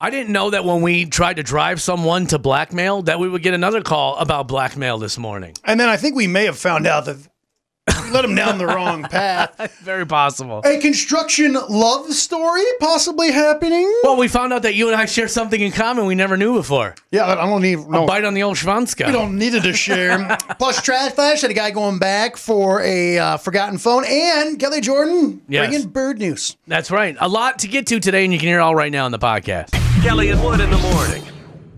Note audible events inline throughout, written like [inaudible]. I didn't know that when we tried to drive someone to blackmail, that we would get another call about blackmail this morning. And then I think we may have found out that we let him down the wrong path. Very possible. A construction love story possibly happening. Well, we found out that you and I share something in common we never knew before. Yeah, I don't need no. Bite on the old Schwanska. We don't need it to share. Plus, Trash Flash had a guy going back for a uh, forgotten phone, and Kelly Jordan Yes. bringing bird news. That's right. A lot to get to today, and you can hear it all right now on the podcast. Kelly and Wood in the morning.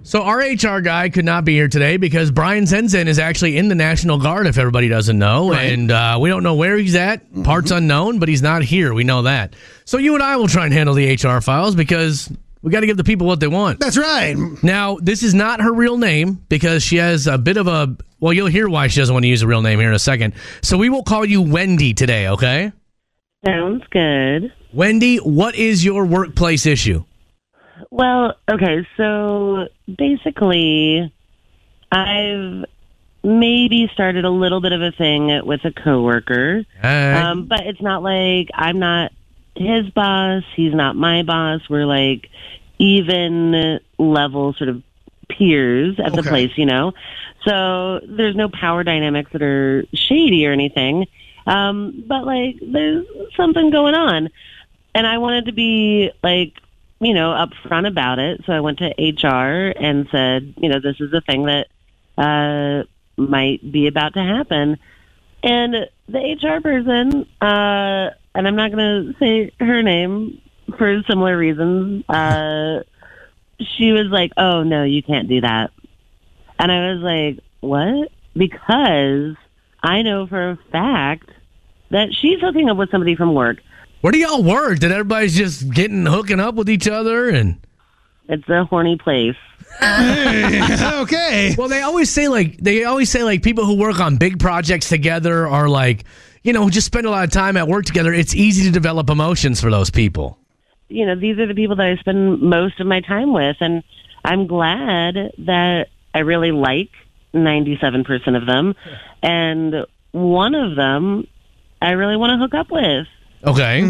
So our HR guy could not be here today because Brian Zenzen is actually in the National Guard, if everybody doesn't know, and uh, we don't know where he's at. Parts unknown, but he's not here. We know that. So you and I will try and handle the HR files because we got to give the people what they want. That's right. Now this is not her real name because she has a bit of a. Well, you'll hear why she doesn't want to use a real name here in a second. So we will call you Wendy today, okay? Sounds good. Wendy, what is your workplace issue? Well, okay, so basically, I've maybe started a little bit of a thing with a coworker, Uh, um, but it's not like I'm not his boss. He's not my boss. We're like even level sort of peers at the Okay. place, you know? So there's no power dynamics that are shady or anything. Um, but like there's something going on. And I wanted to be like, you know, upfront about it. So I went to HR and said, you know, this is a thing that uh, might be about to happen. And the HR person, uh, and I'm not going to say her name for similar reasons, uh, she was like, oh, no, you can't do that. And I was like, what? Because I know for a fact that she's hooking up with somebody from work. where do y'all work? That everybody's just getting hooking up with each other and. It's a horny place. [laughs] okay. Well, they always say like they always say like people who work on big projects together are like you know just spend a lot of time at work together. It's easy to develop emotions for those people. you know, these are the people that I spend most of my time with, and I'm glad that I really like 97% of them, and one of them I really want to hook up with. Okay, you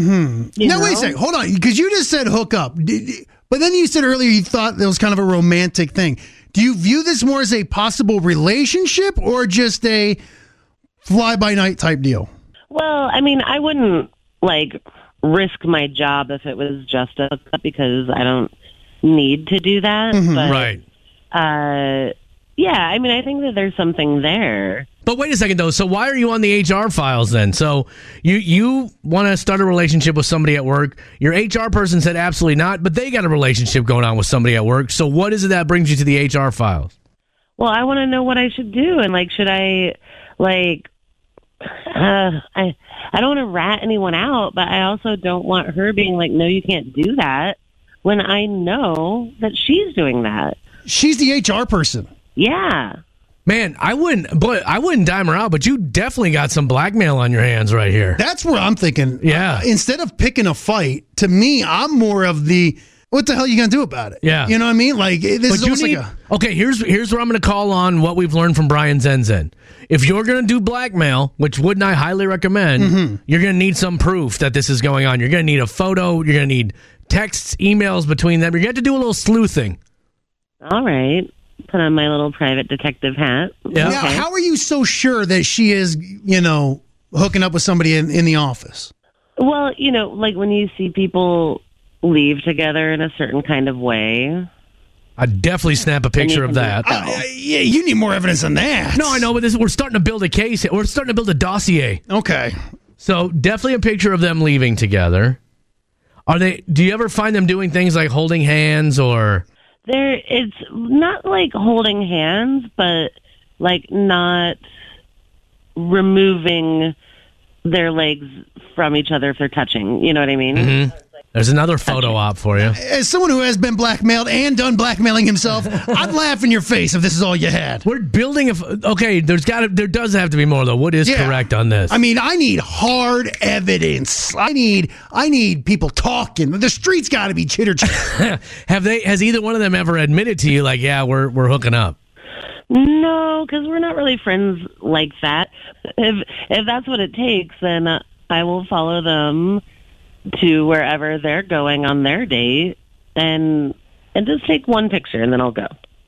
Now wait a know? second. Hold on, because you just said hook up, Did- but then you said earlier you thought that was kind of a romantic thing. Do you view this more as a possible relationship or just a fly by night type deal? Well, I mean, I wouldn't like risk my job if it was just a hookup because I don't need to do that. Mm-hmm. But right. uh, yeah, I mean, I think that there's something there. But wait a second though. So why are you on the HR files then? So you you want to start a relationship with somebody at work. Your HR person said absolutely not, but they got a relationship going on with somebody at work. So what is it that brings you to the HR files? well i want to know what i should do and like should i like uh, i i don't want to rat anyone out but i also don't want her being like no you can't do that when i know that she's doing that She's the HR person. yeah Man, I wouldn't, but I wouldn't dime her out. But you definitely got some blackmail on your hands right here. That's where I'm thinking. Yeah. uh, instead of picking a fight, to me, I'm more of the what the hell you gonna do about it? Yeah. You know what I mean? Like it- this But is you almost need, like a okay, here's here's where I'm going to call on what we've learned from Brian Zenzen. If you're going to do blackmail, which wouldn't I highly recommend, Mm-hmm. you're going to need some proof that this is going on. You're going to need a photo. You're going to need texts, emails between them. You're going to have to do a little sleuthing. all right put on my little private detective hat Yeah. Now, okay. how are you so sure that she is, you know, hooking up with somebody in, in the office? well you know like when you see people leave together in a certain kind of way I'd definitely snap a picture of that. I- I- yeah, you need more evidence than that. no, I know, but this, we're starting to build a case. We're starting to build a dossier. Okay. So definitely a picture of them leaving together. Are they? Do you ever find them doing things like holding hands or? there it's not like holding hands but like not removing their legs from each other if they're touching you know what i mean There's another photo op for you. As someone who has been blackmailed and done blackmailing himself, [laughs] I'd laugh in your face if this is all you had. We're building a. f- Okay, there's got to. There does have to be more though. What is Yeah. correct on this? I mean, I need hard evidence. I need I need people talking. The streets got to be chitter chatter. have they? Has either one of them ever admitted to you like, yeah, we're we're hooking up? no because we're not really friends like that if if that's what it takes then uh, i will follow them to wherever they're going on their date and and just take one picture and then I'll go.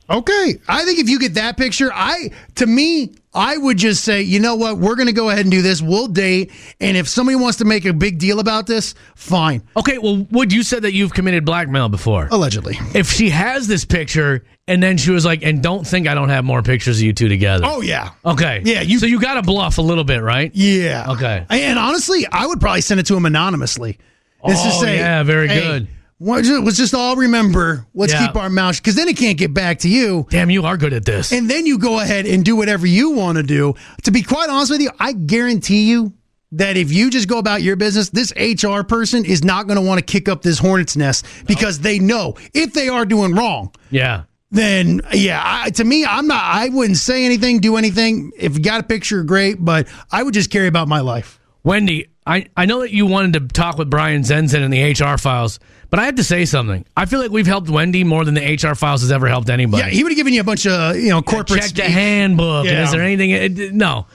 Okay. I think if you get that picture, I to me, I would just say, you know what, we're gonna go ahead and do this. We'll date, and if somebody wants to make a big deal about this, fine. Okay, well, would you said that you've committed blackmail before? Allegedly. If she has this picture and then she was like, and don't think I don't have more pictures of you two together. Oh yeah. Okay. Yeah, you- so you got to bluff a little bit, right? Yeah. Okay. And honestly, I would probably send it to him anonymously. Let's Oh, yeah, very good. Let's just, let's just all remember. Let's Yeah. keep our mouths because then it can't get back to you. Damn, you are good at this. And then you go ahead and do whatever you want to do. To be quite honest with you, I guarantee you that if you just go about your business, this HR person is not going to want to kick up this hornet's nest because they know if they are doing wrong, yeah. then yeah, I, to me, I'm not, I wouldn't say anything, do anything. If you got a picture, great, but I would just carry about my life. Wendy, I, I know that you wanted to talk with Brian Zenzen and the HR files, but I have to say something. I feel like we've helped Wendy more than the HR files has ever helped anybody. Yeah, he would have given you a bunch of you know corporate. Check the speak. handbook. Yeah. Is there anything? It, no.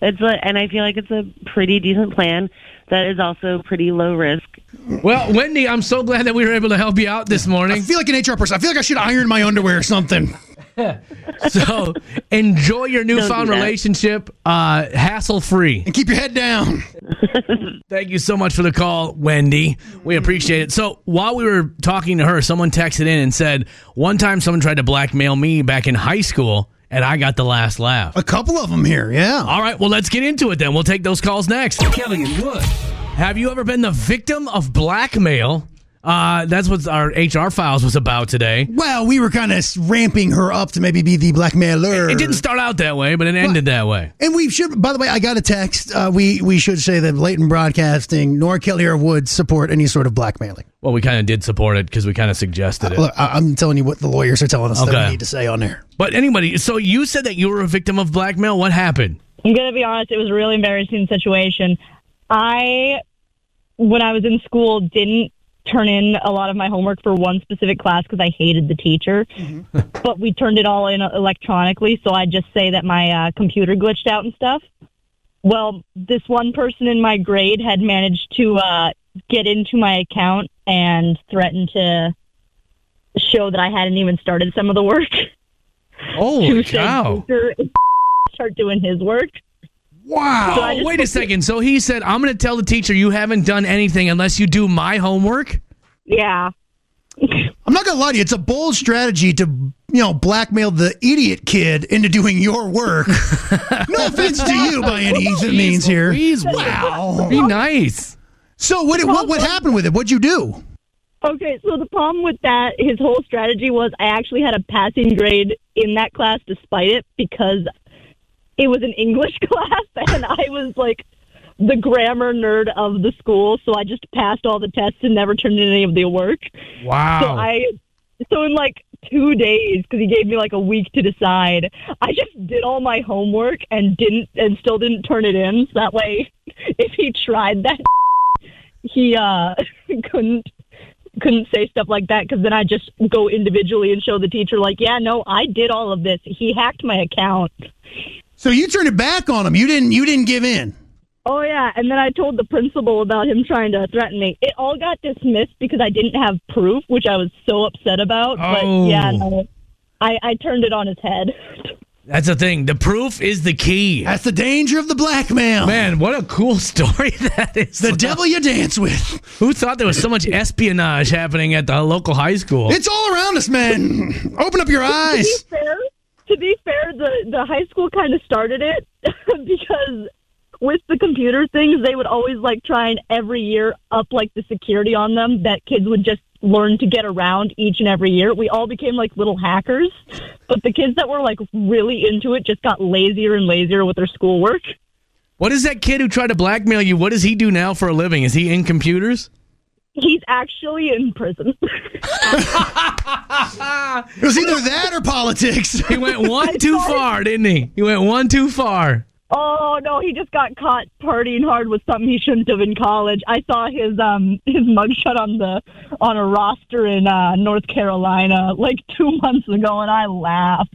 It's a, and I feel like it's a pretty decent plan that is also pretty low risk. Well, Wendy, I'm so glad that we were able to help you out this I morning. feel like an HR person. I feel like I should iron my underwear or something. So enjoy [laughs] your newfound do that. relationship, uh, hassle free. And keep your head down. Thank you so much for the call, Wendy. We appreciate it. So while we were talking to her, someone texted in and said, one time someone tried to blackmail me back in high school, and I got the last laugh. A couple of them here, yeah. All right, well, let's get into it then. We'll take those calls next. Kelly and Wood. Have you ever been the victim of blackmail? Uh, that's what our HR files was about today. Well, we were kind of ramping her up to maybe be the blackmailer. It didn't start out that way, but it ended that way. And we should. By the way, I got a text. Uh, we we should say that blatant broadcasting, nor Kelly or Wood support any sort of blackmailing. Well, we kind of did support it because we kind of suggested it. Look, I, I'm telling you what the lawyers are telling us that Okay. we need to say on there. But anybody, so you said that you were a victim of blackmail. What happened? I'm gonna be honest, it was a really embarrassing situation. I when I was in school didn't turn in a lot of my homework for one specific class because I hated the teacher. but we turned it all in uh, electronically, so I just say that my uh, computer glitched out and stuff. Well, this one person in my grade had managed to uh, get into my account and threatened to show that I hadn't even started some of the work. [laughs] Oh, saying, cow. [laughs] "Booker, start doing his work. So I Wow. just- Wait a second. So he said, I'm going to tell the teacher you haven't done anything unless you do my homework? Yeah. I'm not gonna lie to you. It's a bold strategy to you know blackmail the idiot kid into doing [laughs] your work. no offense to you by any means here. Please, Wow. Be nice. So what what what happened with it? What'd you do? Okay, so the problem with that, his whole strategy was I actually had a passing grade in that class despite it because it was an English [laughs] class and I was like the grammar nerd of the school, so I just passed all the tests and never turned in any of the work. Wow. So I, so in like two days, because he gave me like a week to decide, I just did all my homework and didn't, and still didn't turn it in. So that way, if he tried that, [laughs] he uh [laughs] couldn't couldn't say stuff like that because then I just go individually and show the teacher like, yeah, no, I did all of this. He hacked my account. So you turned it back on him. You didn't. You didn't give in. Oh yeah, and then I told the principal about him trying to threaten me. It all got dismissed because I didn't have proof, which I was so upset about. Oh. But yeah, no, I I turned it on his head. [laughs] That's the thing. The proof is the key. That's the danger of the blackmail. Man, what a cool [laughs] story that is. The devil you dance with. Who thought there was so much espionage happening at the local high school? It's all around us, man. Open up your To [laughs] eyes. be fair, to be fair, the the high school kind of started it [laughs] because with the computer things, they would always like try and every year up like the security on them that kids would just learn to get around each and every year. We all became like little hackers, but the kids that were like really into it just got lazier and lazier with their schoolwork. what is that kid who tried to blackmail you? What does he do now for a living? Is he in computers? He's actually in prison. [laughs] It was either that or politics. [laughs] He went one too far, didn't he? He went one too far. oh no, he just got caught partying hard with something he shouldn't have in college. I saw his um his mugshot on the on a roster in uh, North Carolina like two [laughs] months ago, and I laughed.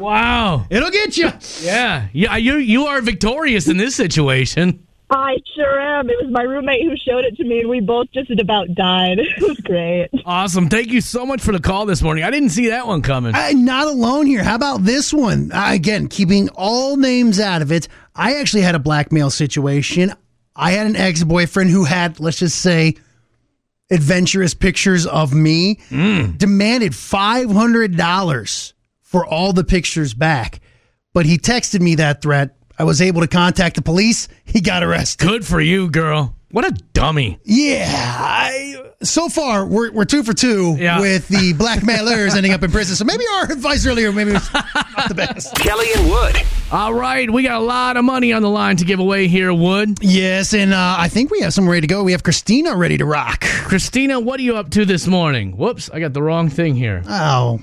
Wow. It'll get you. Yeah. Yeah. You you are victorious in this situation. I sure am. It was my roommate who showed it to me, and we both just about died. [laughs] It was great. Awesome. Thank you so much for the call this morning. I didn't see that one coming. I, not alone here. How about this one? Uh, again, keeping all names out of it. I actually had a blackmail situation. I had an ex boyfriend who had, let's just say, adventurous pictures of me, demanded $500 for all the pictures back. But he texted me that threat. I was able to contact the police. He got arrested. Good for you, girl. What a dummy. Yeah. I, so far, we're, we're two for two Yeah. with [laughs] the blackmailers ending up in prison. So maybe our advice earlier maybe was not the best. Kelly and Wood. All right, we got a lot of money on the line to give away here, Wood. Yes, and uh, I think we have some ready to go. We have Christina ready to rock. Christina, what are you up to this morning? Whoops, I got the wrong thing here. [laughs] Oh,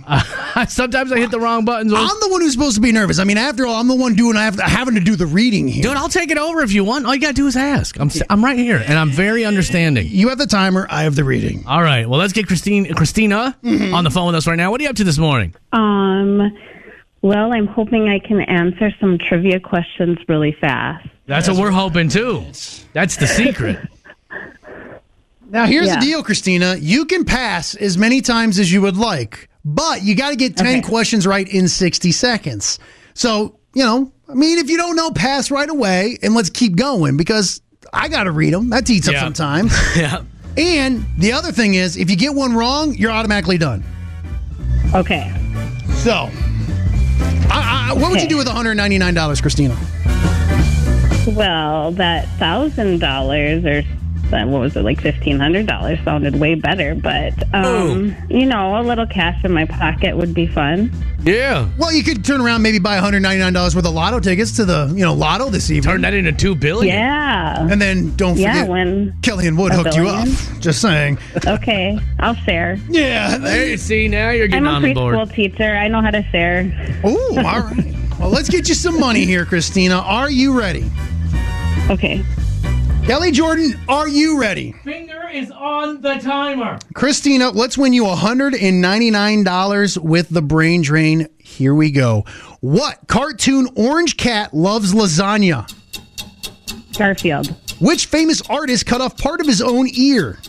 Sometimes I hit the wrong buttons. I'm the one who's supposed to be nervous. I mean, after all, I'm the one doing I have having to do the reading here. Dude, I'll take it over if you want. All you got to do is ask. I'm, s- I'm right here, and I'm very understanding. You have the timer. I have the reading. All right, well, let's get Christine, Christina on the phone with us right now. What are you up to this morning? Um, well, I'm hoping I can answer some trivia questions really fast. That's what we're hoping, too. That's the secret. Now, here's Yeah. the deal, Christina. You can pass as many times as you would like, but you got to get 10 Okay. questions right in 60 seconds. So, you know, I mean, if you don't know, pass right away and let's keep going because I got to read them. That eats up Yeah. some time. [laughs] yeah. and the other thing is, if you get one wrong, you're automatically done. Okay. So, I, I, what would Okay. you do with $199, Christina? Well, that thousand dollars or uh, what was it like fifteen hundred dollars sounded way better, but um, you know, a little cash in my pocket would be fun. Yeah. Well, you could turn around, maybe buy $199 worth of lotto tickets to the, you know, lotto this evening. Turn that into $2 billion. Yeah. and then don't Yeah, forget. when Kellyanne Wood A hooked you billion? up. Just saying. okay, I'll share. Yeah. There you see, now you're I'm getting a on the board. preschool teacher. I know how to share. Ooh, all right. Well, let's get you some money here, Christina. Are you ready? Okay. Kelly Jordan, are you ready? Finger is on the timer. Christina, let's win you $199 with the brain drain. Here we go. What cartoon orange cat loves lasagna? Garfield. Which famous artist cut off part of his own ear?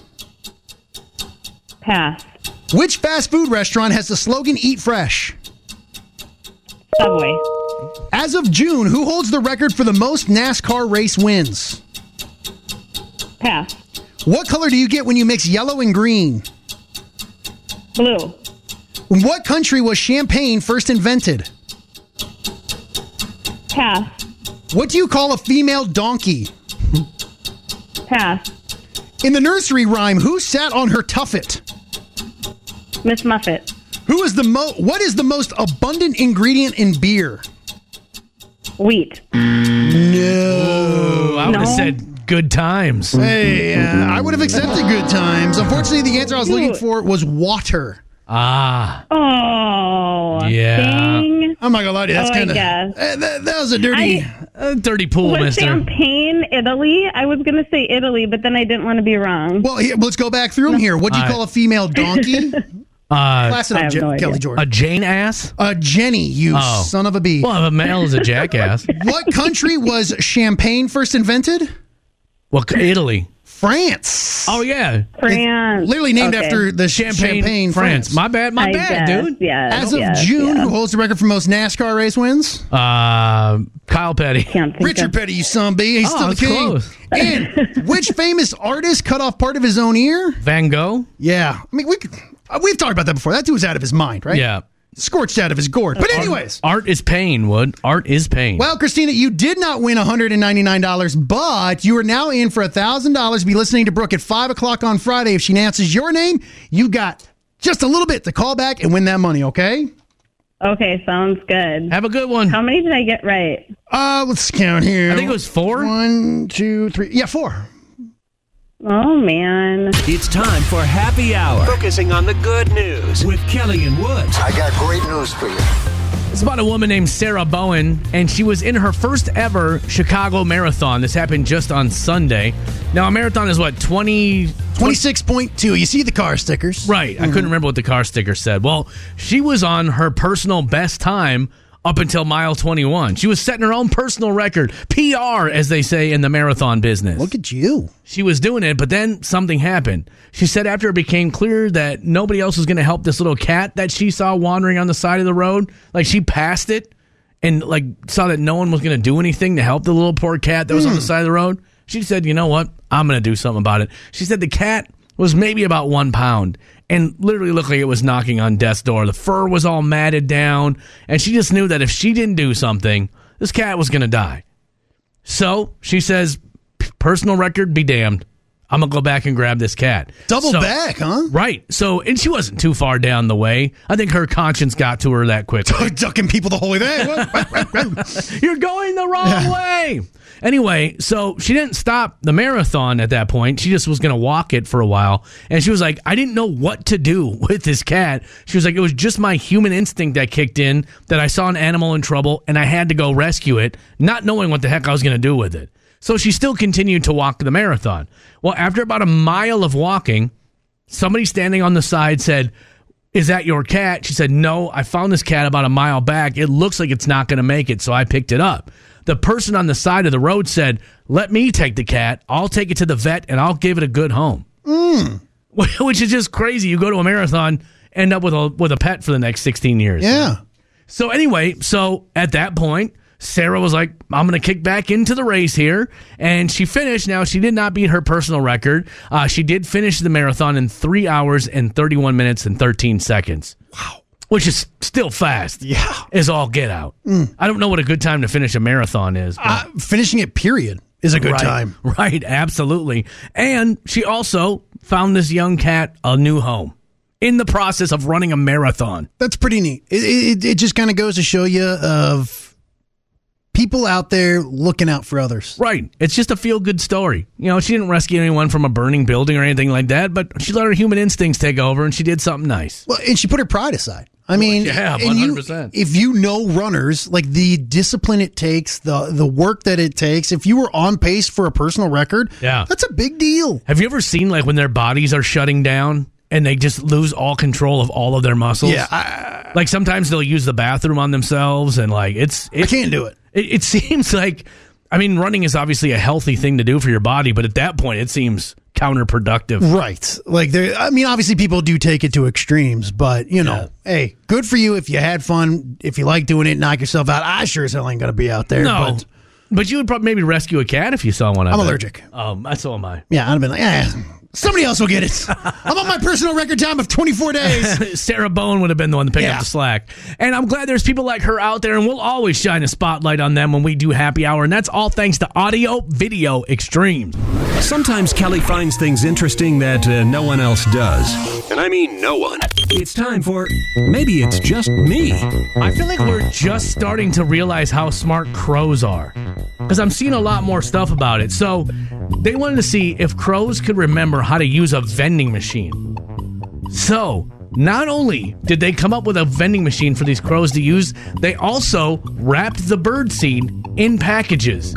Pass. Which fast food restaurant has the slogan Eat Fresh? Subway. As of June, who holds the record for the most NASCAR race wins? Pass. What color do you get when you mix yellow and green? Blue. In what country was champagne first invented? Pass. What do you call a female donkey? Pass. In the nursery rhyme, who sat on her tuffet? Miss Muffet. Who is the mo- what is the most abundant ingredient in beer? Wheat. Ooh, I would have No. said good times. Hey, uh, I would have accepted good times. Unfortunately, the answer I was looking Dude. for was water. Ah, Oh, Yeah. dang. I'm not gonna lie to you. That's Oh, I kind of guess. that, that was a dirty. a Uh, dirty pool, Was mister. champagne Italy? I was going to say Italy, but then I didn't want to be wrong. well, here, let's go back through them here. What do you All call a female donkey? [laughs] Uh, Class it I up, have Je- no idea. Kelly a Jordan. Jane ass? A Jenny, you Oh. son of a bee. Well, if a male is a [laughs] jackass. What country was champagne first invented? well, c- Italy. France. Oh, yeah. France. literally named Okay. after the champagne, Champagne, France. My bad, my I bad, guess, dude. Yes, As of yes, June, yes. who holds the record for most NASCAR race wins? Uh, Kyle Petty. Can't think Richard of- Petty, you son of a bee. He's Oh, still the that's king. close. [laughs] And which famous artist cut off part of his own ear? Van Gogh? Yeah, I mean we could, uh, we've talked about that before. That dude was out of his mind, right? Yeah. scorched out of his gourd. But anyways, Art is pain, Wood. Art is pain. well, Christina, you did not win one hundred and ninety nine dollars, but you are now in for thousand dollars. Be listening to Brooke at five o'clock on Friday. If she announces your name, you got just a little bit to call back and win that money. Okay. Okay, sounds good. Have a good one. How many did I get right? Uh, let's count here. I think it was four. One, two, three. Yeah, four. Oh, man. It's time for happy hour. Focusing on the good news with Kelly and Wood. I got great news for you. It's about a woman named Sarah Bowen, and she was in her first ever Chicago Marathon. This happened just on Sunday. Now, a marathon is what, 20, 26.2. You see the car stickers. Right. I couldn't remember what the car sticker said. Well, she was on her personal best time up until mile 21. She was setting her own personal record, PR, as they say in the marathon business. Look at you. She was doing it, but then something happened. She said after it became clear that nobody else was going to help this little cat that she saw wandering on the side of the road, like she passed it and like saw that no one was going to do anything to help the little poor cat that was on the side of the road. She said, "You know what? I'm going to do something about it." She said the cat was maybe about 1 pound and literally looked like it was knocking on death's door. The fur was all matted down, and she just knew that if she didn't do something, this cat was going to die. So, she says, personal record be damned. I'm gonna go back and grab this cat. Double So- back, huh? Right. So, and she wasn't too far down the way. I think her conscience got to her that [laughs] quickly. Ducking people the whole way there. [laughs] You're going the wrong way. Anyway, so she didn't stop the marathon at that point. She just was going to walk it for a while. And she was like, I didn't know what to do [laughs] with this cat. She was like, it was just my human instinct that kicked in that I saw an animal in trouble and I had to go rescue it, not knowing what the heck I was going to do with it. So she still continued to walk the marathon. Well, after about a mile of walking, somebody standing on the side said, Is that your cat? She said, No, I found this cat about a mile back. It looks like it's not going to make it, so I picked it up. The person on the side of the road said, Let me take the cat. I'll take it to the vet and I'll give it a good home. [laughs] Which is just crazy. You go to a marathon, end up with a, with a pet for the next 16 years. yeah. So anyway, so at that point, Sarah was like, "I'm going to kick back into the race here," and she finished. Now she did not beat her personal record. Uh, she did finish the marathon in three hours and 31 minutes and 13 seconds. Wow, which is still fast. Yeah. Mm. is all get out. I don't know what a good time to finish a marathon is. but- Uh, finishing it, period, is a good right, time. [laughs] Right, absolutely. And she also found this young cat a new home in the process of running a marathon. That's pretty neat. It, it, it just kind of goes to show you of people out there looking out for others. Right. It's just a feel good story. You know, she didn't rescue anyone from a burning building or anything like that, but she let her human instincts take over and she did something nice. Well, and she put her pride aside. I mean, yeah, and you- 100%. if you know runners, like the discipline it takes, the the work that it takes, if you were on pace for a personal record, Yeah. that's a big deal. Have you ever seen like when their bodies are shutting down and they just lose all control of all of their muscles? like sometimes they'll use the bathroom on themselves and like it's I it, can't do it. it, [laughs] it seems like I mean running is obviously a healthy thing to do for your body, but at that point it seems Mm, counterproductive. Right. Like there I mean obviously people do take it to extremes, but you know, hey, good for you if you had fun, if you like doing it, knock yourself out. I sure as hell ain't gonna be out there. No. But But you would probably maybe rescue a cat if you saw one. I I'm bet. allergic. Um, so am I. Yeah, I'd have been like, eh, somebody else will get it. I'm on my personal record time of twenty [laughs] four days. Sarah Bone would have been the one to pick Yeah. up the slack. And I'm glad there's people like her out there, and we'll always shine a spotlight on them when we do happy hour. And that's all thanks to Audio Video Extremes. Sometimes Kelly finds things interesting that uh, no one else does. And I mean no one. It's time for Maybe It's Just Me. I feel like we're just starting to realize how smart crows are because I'm seeing a lot more stuff about it. So they wanted to see if crows could remember how to use a vending machine. So not only did they come up with a vending machine for these crows to use, they also wrapped the bird seed in packages.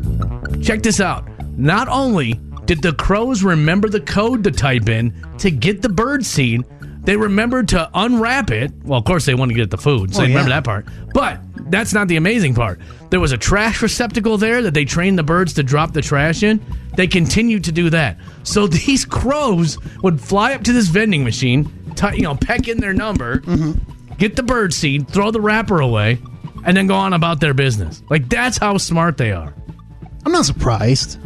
Check this out. Not only did the crows remember the code to type in to get the bird seed, they remembered to unwrap it. Well, of course, they wanted to get the food, so Oh, they remember yeah. that part. But that's not the amazing part. There was a trash receptacle there that they trained the birds to drop the trash in. They continued to do that. So [laughs] these crows would fly up to this vending machine, ty- you know, peck in their number, Mm-hmm. get the bird seed, throw the wrapper away, and then go on about their business. Like that's how smart they are. I'm not surprised.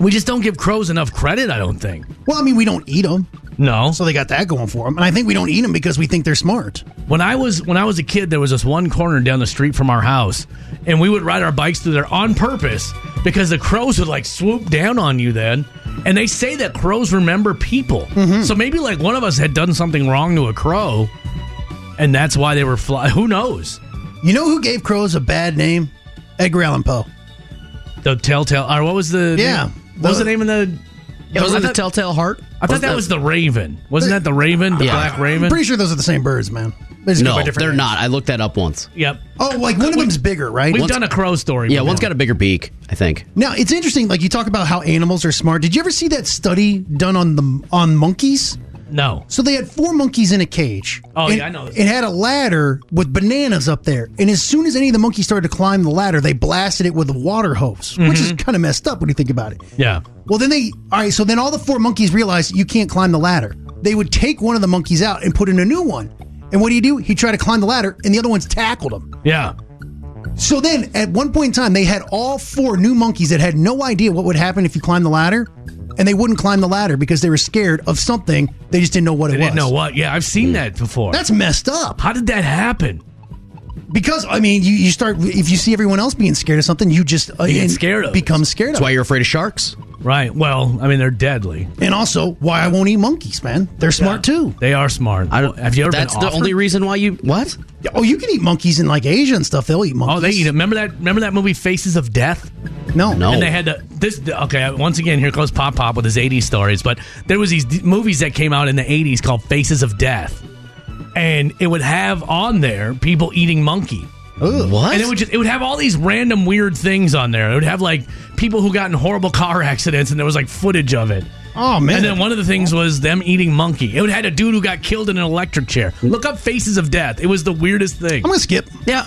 We just don't give crows enough credit, I don't think. Well, I mean, we don't eat them, No. so they got that going for them. And I think we don't eat them because we think they're smart. When I was when I was a kid, there was this one corner down the street from our house, and we would ride our bikes through there on purpose because the crows would like swoop down on you then. And they say that crows remember people. Mm-hmm. So maybe like one of us had done something wrong to a crow, and that's why they were fly. Who knows? You know who gave crows a bad name? Edgar Allan Poe. The telltale. Or what was the Yeah. What was the name of the? Wasn't I the thought- Telltale Heart? I thought that was the raven. Wasn't that the raven? The Yeah. black I'm raven. pretty sure those are the same birds, man. They just go No, by different they're names. not. I looked that up once. yep. Oh, like one of them's bigger, right? We've done a crow story. Yeah, before. one's got a bigger beak, I think. Now it's interesting. Like you talk about how animals are smart. Did you ever see that study done on the on monkeys? No. So they had four monkeys in a cage. Oh, And yeah, I know this. It had a ladder with bananas up there, and as soon as any of the monkeys started to climb the ladder, they blasted it with a water hose, which is kind of messed up when you think about it. Mm-hmm. Yeah. Well, then they all right. So then all the four monkeys realized you can't climb the ladder. They would take one of the monkeys out and put in a new one. And what do you do? He tried to climb the ladder, and the other ones tackled him. Yeah. So then, at one point in time, they had all four new monkeys that had no idea what would happen if you climbed the ladder, and they wouldn't climb the ladder because they were scared of something. They just didn't know what it They was. didn't know what. Yeah, I've seen that before. That's messed up. How did that happen? Because I mean, you, you start if you see everyone else being scared of something, you just uh, You get and scared of it. become scared That's of. why you're afraid of sharks. Right. Well, I mean, they're deadly. it. And also, why I won't eat monkeys, man? They're smart too. They are smart. I don't. Have you ever That's been the offered? only reason why you what? Oh, you can eat monkeys in like Asia and stuff. They'll eat monkeys. Oh, they eat it. Remember that? Remember that movie Faces of Death? No, No. And they had to this. Okay, once again, here goes Pop Pop with his '80s stories. But there was these d- movies that came out in the '80s called Faces of Death, and it would have on there people eating monkey. What? And it would just it would have all these random weird things on there. It would have like people who got in horrible car [laughs] accidents, and there was like footage of it. Oh man. And then one of the things was them eating monkey. It would had a dude who got killed in an electric chair. Look up Faces of Death. It was the weirdest thing. I'm gonna skip. yeah.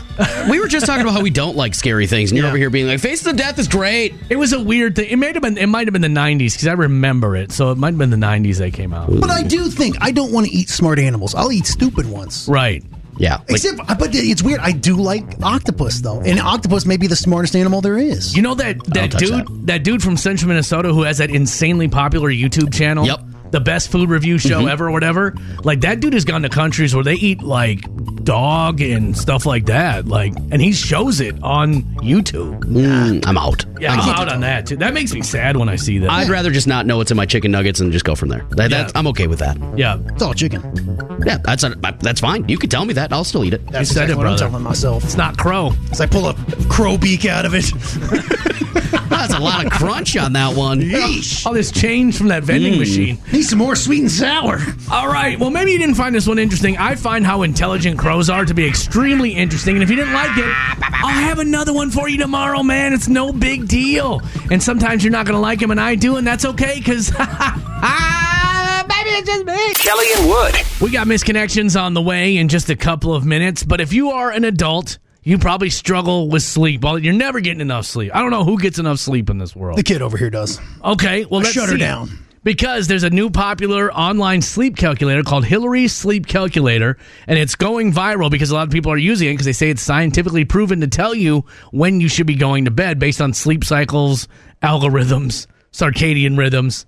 we were just talking about how we don't like scary things, and you're over here being like, "Face of Death is great." It was a weird thing. It might have been it might have been the '90s because I remember it. So it might have been the '90s they came out. But I do think I don't want to eat smart animals. I'll eat stupid ones. Right. Yeah. Like, Except, but it's weird. I do like octopus though, and octopus may be the smartest animal there is. You know that that touch dude that. dude from Central Minnesota who has that insanely popular YouTube channel. Yep. Mm-hmm. The best food review show ever, or whatever. Like that dude has gone to countries where they eat like dog and stuff like that. Like, and he shows it on YouTube. mm, I'm out. Yeah, I I'm can't- out on that too. That makes me sad when I see that. I'd rather just not know what's in my chicken nuggets and just go from there. That, that's, I'm okay with that. yeah, it's all chicken. Yeah, that's that's fine. You can tell me that. I'll still eat it. That's said exactly it, what I'm brother. telling myself. it's not crow. As I pull a crow beak out of it. That's a lot of crunch on that one. All this change from that vending Mm. machine. Need some more sweet and sour. All right. Well, maybe you didn't find this one interesting. I find how intelligent crows are to be extremely interesting. And if you didn't like it, I'll have another one for you tomorrow, man. It's no big deal. And sometimes you're not going to like them, and I do, and that's okay [laughs] because. Kelly and Wood. We got misconnections on the way in just a couple of minutes, but if you are an adult, you probably struggle with sleep. Well, you're never getting enough sleep. I don't know who gets enough sleep in this world. The kid over here does. Okay, well, let's shut her see. down. Because there's a new popular online sleep calculator called Hillary's Sleep Calculator, and it's going viral because a lot of people are using it because they say it's scientifically proven to tell you when you should be going to bed based on sleep cycles, algorithms, circadian rhythms,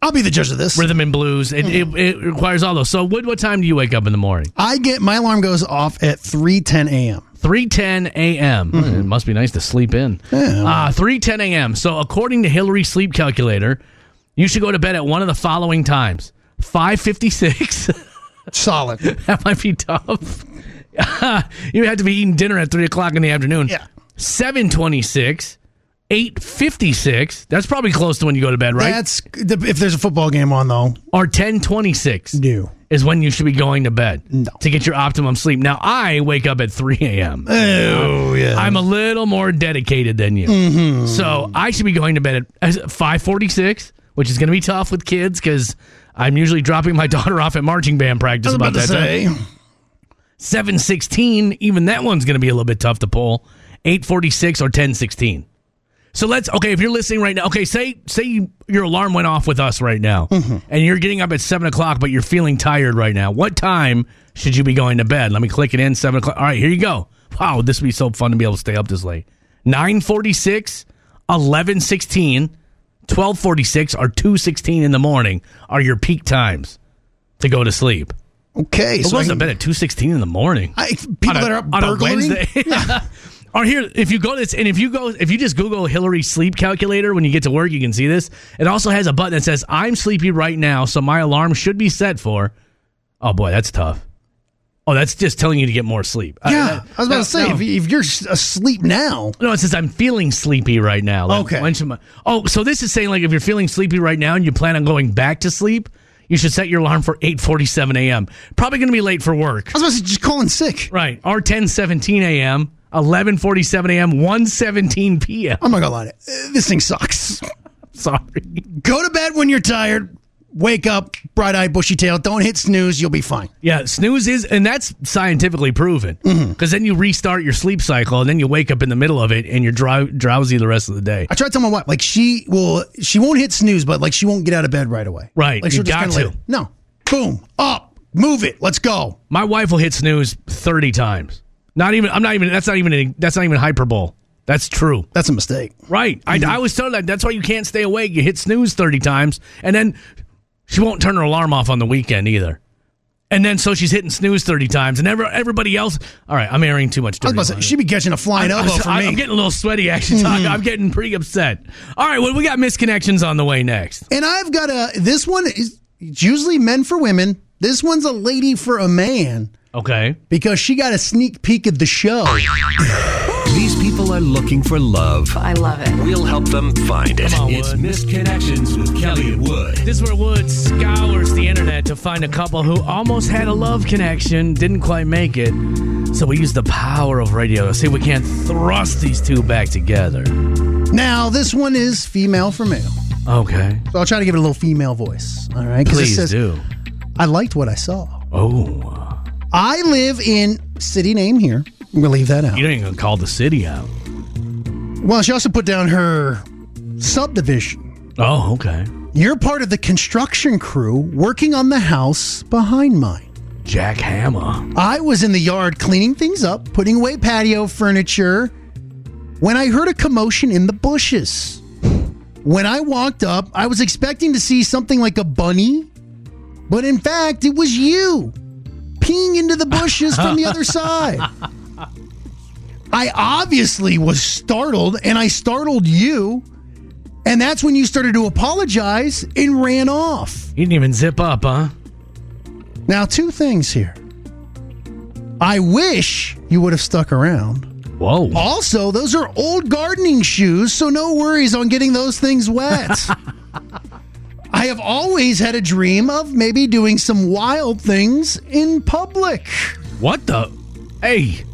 I'll be the judge of this. rhythm and blues. It, it, it requires all those. So, Wood, what time do you wake up in the morning? I get my alarm goes off at 3:10 a.m. 3:10 a.m. Hmm. It must be nice to sleep in. Uh, 3:10 a.m. So according to Hillary Sleep Calculator, you should go to bed at one of the following times: 5:56. [laughs] Solid. that might be tough. [laughs] you have to be eating dinner at three o'clock in the afternoon. [laughs] Yeah. 7:26. 8:56. That's probably close to when you go to bed, right? That's if there's a football game on though. or 10:26 Do. is when you should be going to bed to get your optimum sleep. Now I wake up at 3 a.m. Oh yeah. I'm a little more dedicated than you. So I should be going to bed at 5:46, which is going to be tough with kids because I'm usually dropping my [laughs] daughter off at marching band practice about, that time. 7:16, even that one's going to be a little bit tough to pull. 8:46 or 10:16. So let's okay. If you're listening right now, okay, say say you, your alarm went off with us right now, Mm-hmm. and you're getting up at seven o'clock, but you're feeling tired right now. What time should you be going to bed? Let me click it in seven o'clock. All right, here you go. Wow, this would be so fun to be able to stay up this late. Nine forty six, eleven sixteen, twelve forty six, or two sixteen in the morning are your peak times to go to sleep. Okay. Who So I goes to can- bed at two sixteen in the morning? I, people that are up on burglaring? a Wednesday. [laughs] Or here, if you go to this, and if you go, if you just Google Hillary sleep calculator when you get to work, you can see this. It also has a button that says "I'm sleepy right now," so my alarm should be set for. Oh boy, that's tough. Oh, that's just telling you to get more sleep. Uh, I- [laughs] Yeah, I was about no, to say no. if, if you're s- asleep now, No, it says I'm feeling sleepy right now. Like, Okay. when should my- oh, so this is saying like if you're feeling sleepy right now and you plan on going back to sleep, you should set your alarm for 8:47 a.m. Probably going to be late for work. I was about to say, just calling sick. Right. Or 10 17 a.m., 11 47 a.m., 1 17 p.m. I'm not gonna lie, to you. Uh, this thing sucks. [laughs] Sorry. Go to bed when you're tired. wake up, bright eyed, bushy tailed. Don't hit snooze. You'll be fine. Yeah, snooze is, and that's scientifically proven. Because then you restart your sleep cycle, and then you wake up in the middle of it, and you're drow- drowsy the rest of the day. I tried to tell my wife, like she will, she won't hit snooze, but like she won't get out of bed right away. Right, Like you she'll just got kinda lay- to. No. Boom. Up. Move it. Let's go. My wife will hit snooze thirty times. Not even. I'm not even. That's not even. A, that's not even hyperbole. That's true. That's a mistake. Right. I, Mm-hmm. I was told that. That's why you can't stay awake. You hit snooze 30 times. And then she won't turn her alarm off on the weekend either. And then so she's hitting snooze 30 times. And ever, everybody else. All right. I'm airing too much. I dirty was about to say, laundry. she'd be catching a flying elbow I'm, for I'm me. Mm-hmm. getting a little sweaty, actually. Todd. I'm getting pretty upset. All right. Well, we got misconnections on the way next. and I've got a, this one is it's usually men for women. This one's a lady for a man Okay. because she got a sneak peek at the show. These people are looking for love. I love it. We'll help them find it. Come on, it's Wood. Misconnections with Kelly and Wood. This is where Wood scours the internet to find a couple who almost had a love connection, didn't quite make it. So we use the power of radio to see if we can't thrust these two back together. Now, this one is female for male. Okay. So I'll try to give it a little female voice. All right. 'Cause it Please says, do. I liked what I saw. Oh. I live in city name here. I'm gonna leave that out. You didn't even call the city out. Well, she also put down her subdivision. Oh, okay. You're part of the construction crew working on the house behind mine. Jack Hammer. I was in the yard cleaning things up, putting away patio furniture, when I heard a commotion in the bushes. When I walked up, I was expecting to see something like a bunny, but in fact, it was you peeing into the bushes from the other side. I obviously was startled, and I startled you, and that's when you started to apologize and ran off. You didn't even zip up, huh? Now, two things here. I wish you would have stuck around. Whoa. Also, those are old gardening shoes, so no worries on getting those things wet. I have always had a dream of maybe doing some wild things in public. What the? Hey.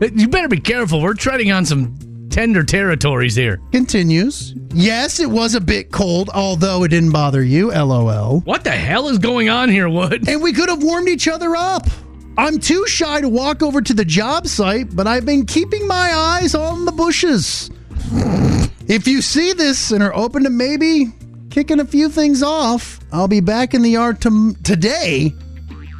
You better be careful. We're treading on some tender territories here. Continues. Yes, it was a bit cold, although it didn't bother you, lol. What the hell is going on here, Wood? [laughs] And we could have warmed each other up. I'm too shy to walk over to the job site, but I've been keeping my eyes on the bushes. If you see this and are open to maybe kicking a few things off, I'll be back in the yard tom today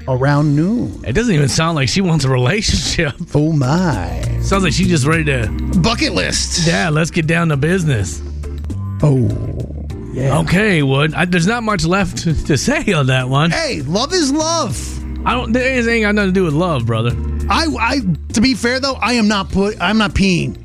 around noon. It doesn't even sound like she wants a relationship. [laughs] Oh my. Sounds like she's just ready to. Bucket list. Yeah, let's get down to business. Oh. Okay, Wood. I, there's not much left [laughs] to, to say on that one. Hey, love is love. I don't. This ain't got nothing to do with love, brother. I, I to be fair though, I am not put I'm not peeing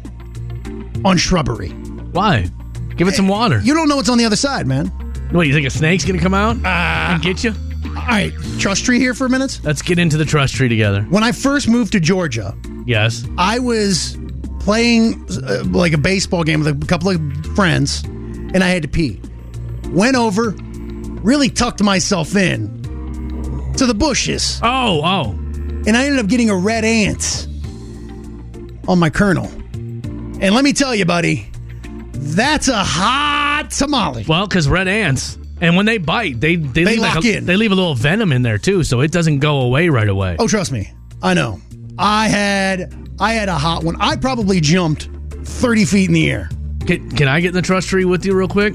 on shrubbery. Why? Give it some water. You don't know what's on the other side, man. What, you think a snake's gonna come out Uh, and get you? All right, trust tree here for a minute. Let's get into the trust tree together. When I first moved to Georgia, Yes. I was playing uh, like a baseball game with a couple of friends, and I had to pee. Went over, really tucked myself in to the bushes, Oh, oh. and I ended up getting a red ant on my kernel. And let me tell you, buddy, that's a hot tamale. Well, because red ants, and when they bite, they they, leave like lock a, in. they leave a little venom in there too, so it doesn't go away right away. Oh, trust me, I know. I had I had a hot one. I probably jumped thirty feet in the air. Can, can I get in the trust tree with you real quick?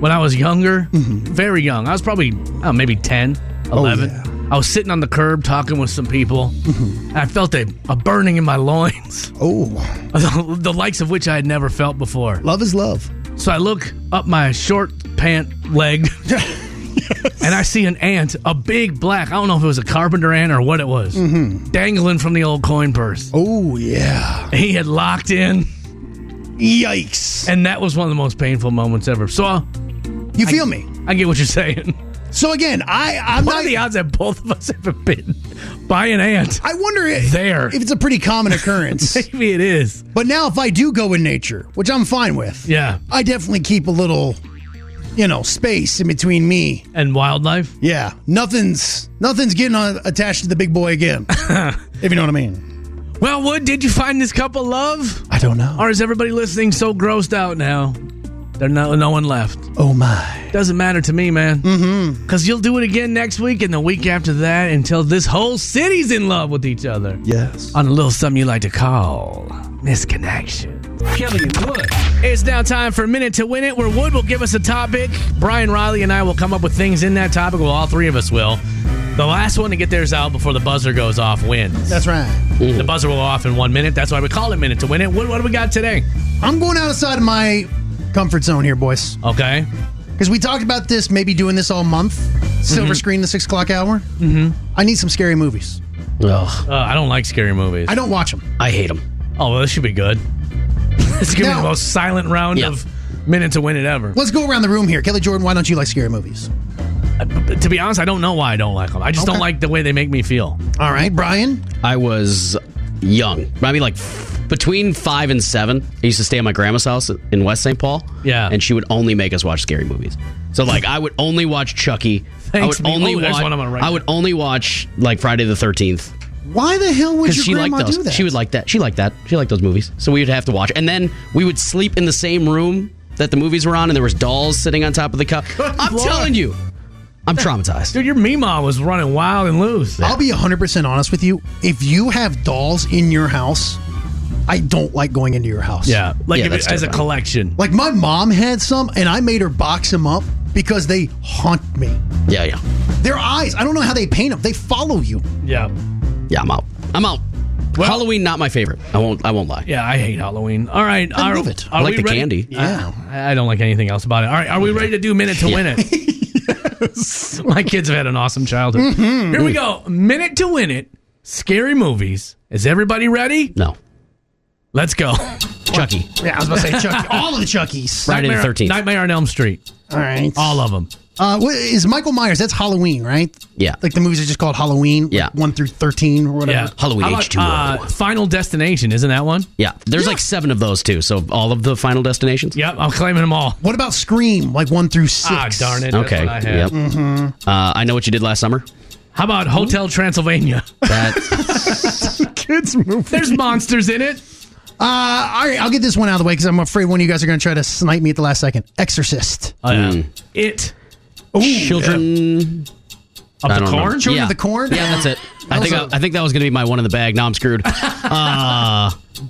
When I was younger, Mm-hmm. very young, I was probably oh, maybe 10, Oh, 11. I was sitting on the curb talking with some people, Mm-hmm. and I felt a, a burning in my loins, [laughs] Oh. the, the likes of which I had never felt before. Love is love. So I look up my short pant leg, and I see an ant, a big black, I don't know if it was a carpenter ant or what it was, dangling from the old coin purse. Oh yeah. He had locked in, Yikes. and that was one of the most painful moments ever. So I, You feel me? I get what you're saying. So again, I I'm What not. are the odds that both of us have been bitten by an ant? I wonder if, There. if it's a pretty common [laughs] occurrence. Maybe it is. but now, if I do go in nature, which I'm fine with, Yeah. I definitely keep a little, you know, space in between me. And wildlife? Yeah, nothing's nothing's getting uh, attached to the big boy [laughs] again. if you know what I mean. Well, Wood, did you find this couple love? I don't know. Or is everybody listening so grossed out now There's no, no one left. Oh my. Doesn't matter to me, man. Mm-hmm. Because you'll do it again next week and the week after that until this whole city's in love with each other. Yes. On a little something you like to call misconnection. Kelly and Wood. It's now time for a minute to win it, where Wood will give us a topic. Brian Riley and I will come up with things in that topic. Well, all three of us will. The last one to get theirs out before the buzzer goes off wins. That's right. The buzzer will go off in one minute. That's why we call it minute to win it. Wood, what do we got today? I'm going outside of my comfort zone here, boys. Okay. Because we talked about this, maybe doing this all month. Silver Mm-hmm. screen, the six o'clock hour. Mm-hmm. I need some scary movies. Ugh, Uh, I don't like scary movies. I don't watch them. I hate them. Oh, well, this should be good. [laughs] this could be No. the most silent round Yeah. of minute to win it ever. Let's go around the room here. Kelly Jordan, why don't you like scary movies? Uh, To be honest, I don't know why I don't like them. I just don't Okay. like the way they make me feel. All right, Brian. I was young, maybe like between five and seven. I used to stay at my grandma's house in West St. Paul. Yeah. and she would only make us watch scary movies. So like, I would only watch Chucky. I Thanks, would me- only oh, there's watch. one I'm on right I would only watch like Friday the Thirteenth Why the hell would because your she grandma liked those. do that? She would like that. She liked that. She liked those movies. So we would have to watch, and then we would sleep in the same room that the movies were on, and there was dolls sitting on top of [laughs] the cup. I'm Lord. telling you, I'm traumatized. Dude, your Mima was running wild and loose. I'll be 100% honest with you. If you have dolls in your house, I don't like going into your house. Yeah, like Yeah, if that's it, as a terrifying. collection. Like my mom had some, and I made her box them up because they haunt me. Yeah, yeah, Their eyes, I don't know how they paint them. They follow you. Yeah, yeah. I'm out. I'm out. Halloween not my favorite. I won't. I won't lie. yeah, I hate Halloween. All right, are, love it. are I like we the ready- candy. Yeah. I I don't like anything else about it. All right, are we ready to do minute to win it? [laughs] [laughs] My kids have had an awesome childhood. Mm-hmm. Here we go. Minute to win it. Scary movies. Is everybody ready? No, Let's go. Chucky. Yeah, I was about to say [laughs] Chucky. All of the Chuckies. Friday the Nightmare- Thirteenth. Nightmare on Elm Street. All right. All of them. Uh, what is Michael Myers? That's Halloween, right? Yeah. Like the movies are just called Halloween. like Yeah. one through thirteen or whatever. Yeah. Halloween How about, H2O. uh, Final Destination. Isn't that one? Yeah, there's like seven of those too. So all of the Final Destinations. Yep. I'm claiming them all. What about Scream? Like one through six. Ah, darn it. That's Okay. what I had. yep. Uh, I know what you did last summer. How about Hotel [laughs] Transylvania? That Kids movie. There's monsters in it. Uh, all right, I'll get this one out of the way because I'm afraid one of you guys are going to try to snipe me at the last second. Exorcist. Oh, yeah. mm. It. children. Of I the don't know. corn? Children of the Corn? Yeah, that's it. I think I, Also- I think that was gonna be my one in the bag. Now I'm screwed. Oh,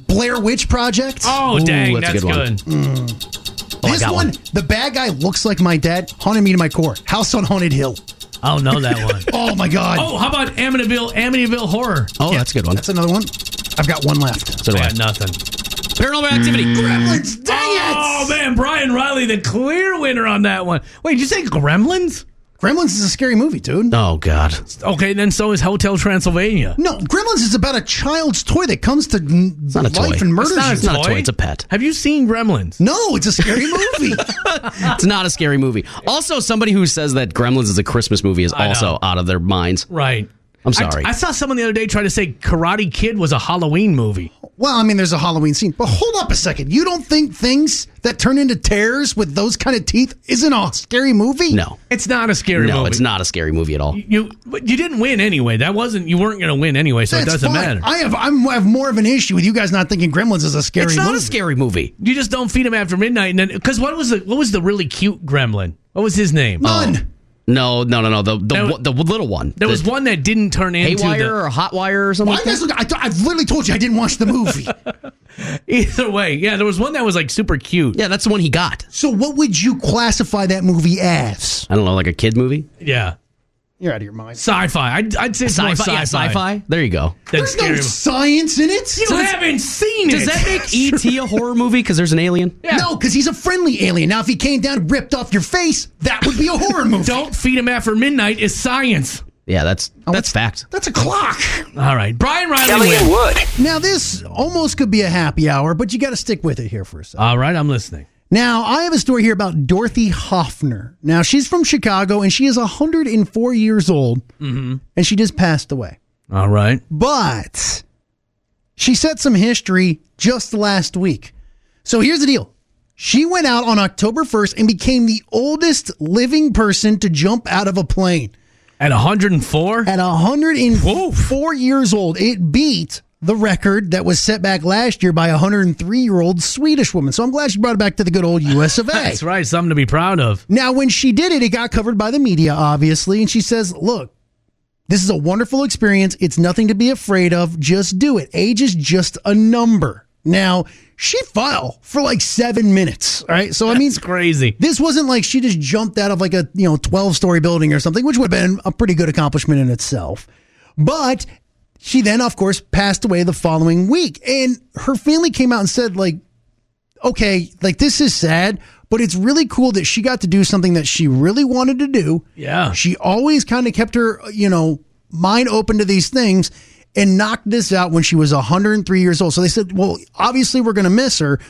Blair Witch Project. Oh, Ooh, dang. that's a That's, good one. good. this got one, one. the bad guy looks like my dad. Haunted me to my core. House on Haunted Hill. I don't know that one. [laughs] Oh my God. Oh, how about Amityville? Amityville Horror. Oh, that's a good one. That's another one. I've got one left. So do I I. got Mm. nothing. Paranormal Activity. Gremlins. Dang Oh it. man, Brian Riley, the clear winner on that one. Wait, did you say Gremlins? Gremlins is a scary movie, dude. Oh God. Okay, then so is Hotel Transylvania. No, Gremlins is about a child's toy that comes to n- not a life toy. and murders not a you. It's not a toy. It's a pet. Have you seen Gremlins? no, it's a [laughs] scary movie. It's not a scary movie. Also, somebody who says that Gremlins is a Christmas movie is know. also out of their minds. Right. I'm sorry. I, I saw someone the other day try to say Karate Kid was a Halloween movie. well, I mean, there's a Halloween scene, but hold up a second. You don't think things that turn into tears with those kind of teeth isn't a scary movie? no. It's not a scary movie. No, it's not a scary movie at all. You but you didn't win anyway. That wasn't you weren't going to win anyway, so That's it doesn't fine. matter. I have I'm, I have more of an issue with you guys not thinking Gremlins is a scary It's not movie. a scary movie. you just don't feed him after midnight and then because what was the what was the really cute gremlin? What was his name? Uh, None. Oh. No, no, no, no. The the, There- one- the little one. There was The one that didn't turn into Haywire the- or Hot Wire or something. Why like you guys that? look? I th- I've literally told you I didn't watch the [laughs] movie. [laughs] Either way, yeah, there was one that was like super cute. Yeah, that's the one he got. so, what would you classify that movie as? I don't know, like a kid movie. Yeah. You're out of your mind. Sci-fi. I'd, I'd say it's Sci-fi. more sci-fi. Yeah, sci-fi. There you go. than There's scary. no science in it. you haven't seen it. Does that [laughs] make [laughs] E E.T. a horror movie because there's an alien? Yeah. No, because he's a friendly alien. Now, if he came down and ripped off your face, that would be a horror [laughs] movie. Don't feed him after midnight is science. Yeah, that's that's it's- fact. That's a clock. All right, Brian Riley. Kelly and wins. Wood. Now, this almost could be a happy hour, but you got to stick with it here for a second. All right, I'm listening. Now, I have a story here about Dorothy Hoffner. Now, she's from Chicago and she is 104 years old Mm-hmm. and she just passed away. All right. But she set some history just last week. So here's the deal. She went out on October 1st and became the oldest living person to jump out of a plane. At 104. at 104 years old, it beat the record that was set back last year by a 103 year old Swedish woman. So I'm glad she brought it back to the good old US of [laughs] A. That's right. Something to be proud of. Now, when she did it, it got covered by the media, obviously. And she says, look, this is a wonderful experience. It's nothing to be afraid of. Just do it. Age is just a number. Now, she fell for like seven minutes. All right. So, I mean, It's crazy. this wasn't like she just jumped out of like a, you know, 12 story building or something, which would have been a pretty good accomplishment in itself. But she then, of course, passed away the following week. And her family came out and said, like, okay, like this is sad, but it's really cool that she got to do something that she really wanted to do. Yeah. She always kind of kept her, you know, mind open to these things and knocked this out when she was 103 years old. So they said, well, obviously we're going to miss her,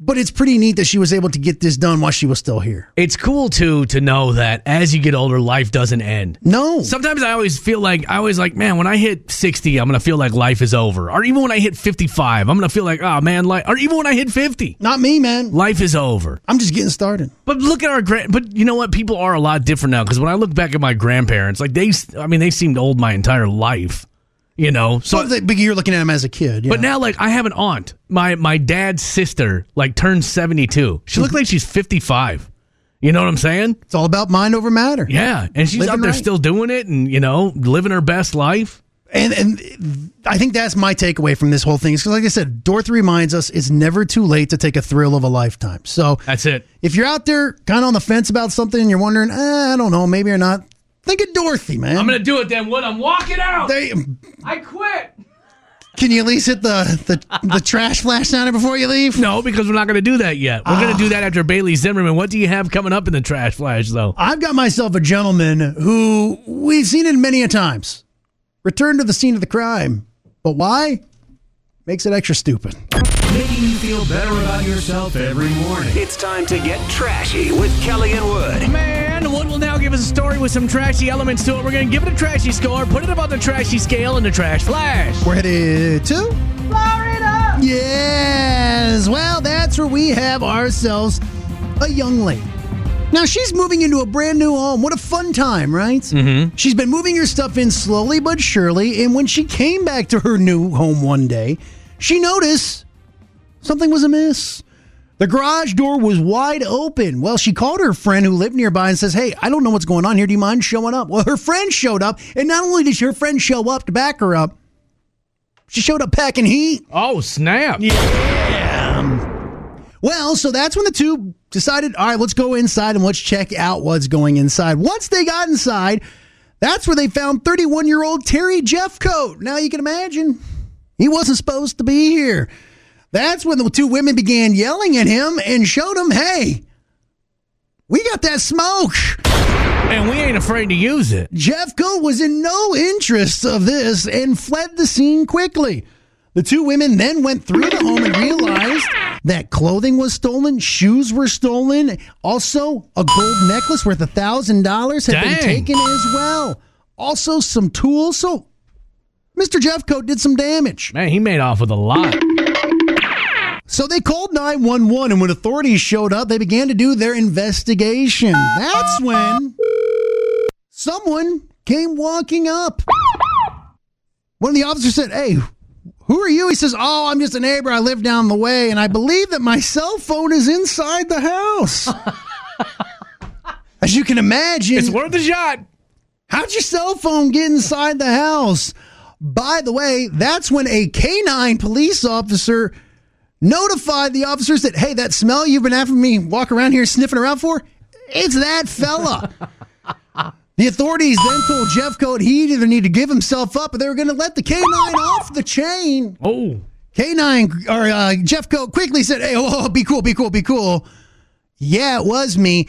but it's pretty neat that she was able to get this done while she was still here. It's cool too to know that as you get older, life doesn't end. No. Sometimes I always feel like I always like, man, when I hit 60, I'm gonna feel like life is over. Or even when I hit 55, I'm gonna feel like, oh man, life. Or even when I hit 50, Not me, man. life is over. I'm just getting started. But look at our grand. But you know what? People are a lot different now because when I look back at my grandparents, like they, s- I mean, they seemed old my entire life. You know, so But, but you're looking at him as a kid. But now, like, I have an aunt. My my dad's sister, like, turned seventy two. She looked like she's fifty five. You know what I'm saying? it's all about mind over matter. Yeah, and she's Living out there right. still doing it, and you know, living her best life. and and I think that's my takeaway from this whole thing is because, like I said, Dorothy reminds us it's never too late to take a thrill of a lifetime. So That's it. if you're out there kind of on the fence about something and you're wondering, eh, I don't know, maybe or not, think of Dorothy, man. I'm gonna do it then. What? I'm walking out. They- I quit. can you at least hit the the, the trash flash sounder before you leave? No, because we're not gonna do that yet. We're gonna do that after Bailey Zimmerman. What do you have coming up in the trash flash though? I've got myself a gentleman who we've seen it many a times. Return to the scene of the crime, but why? Makes it extra stupid. Making you feel better about yourself every morning. It's time to get trashy with Kelly and Wood. Man, Wood will now give us a story with some trashy elements to it. We're gonna give it a trashy score, put it above the trashy scale, and the trash flash. We're headed to Florida. Yes. Well, that's where we have ourselves a young lady. Now she's moving into a brand new home. What a fun time, right? Mm-hmm. She's been moving her stuff in slowly but surely, and when she came back to her new home one day, she noticed something was amiss. The garage door was wide open. Well, she called her friend who lived nearby and says, Hey, I don't know what's going on here. Do you mind showing up? Well, her friend showed up, and not only did her friend show up to back her up, she showed up packing heat. Oh snap! Well, so that's when the two decided, all right, let's go inside and let's check out what's going inside. Once they got inside, that's where they found 31 year old Terry Jeffcoat. Now you can imagine he wasn't supposed to be here. That's when the two women began yelling at him and showed him, hey, we got that smoke. And we ain't afraid to use it. Jeff Goat was in no interest of this and fled the scene quickly. The two women then went through the home and realized that clothing was stolen, shoes were stolen, also a gold necklace worth a thousand dollars had been Dang. taken as well. Also some tools. So Mr. Jeff Goat did some damage. Man, he made off with a lot. So they called 911, and when authorities showed up, they began to do their investigation. That's when someone came walking up. One of the officers said, Hey, who are you? He says, Oh, I'm just a neighbor. I live down the way, and I believe that my cell phone is inside the house. [laughs] As you can imagine, It's worth a shot. How'd your cell phone get inside the house? By the way, that's when a canine police officer notified the officers that, hey, that smell you've been after me walk around here sniffing around for, it's that fella. the authorities then told Jeff Coat he'd either need to give himself up or they were going to let the canine off the chain. Oh, K9 or uh, Jeff Coat quickly said, Hey, oh, be cool, be cool, be cool. Yeah, it was me.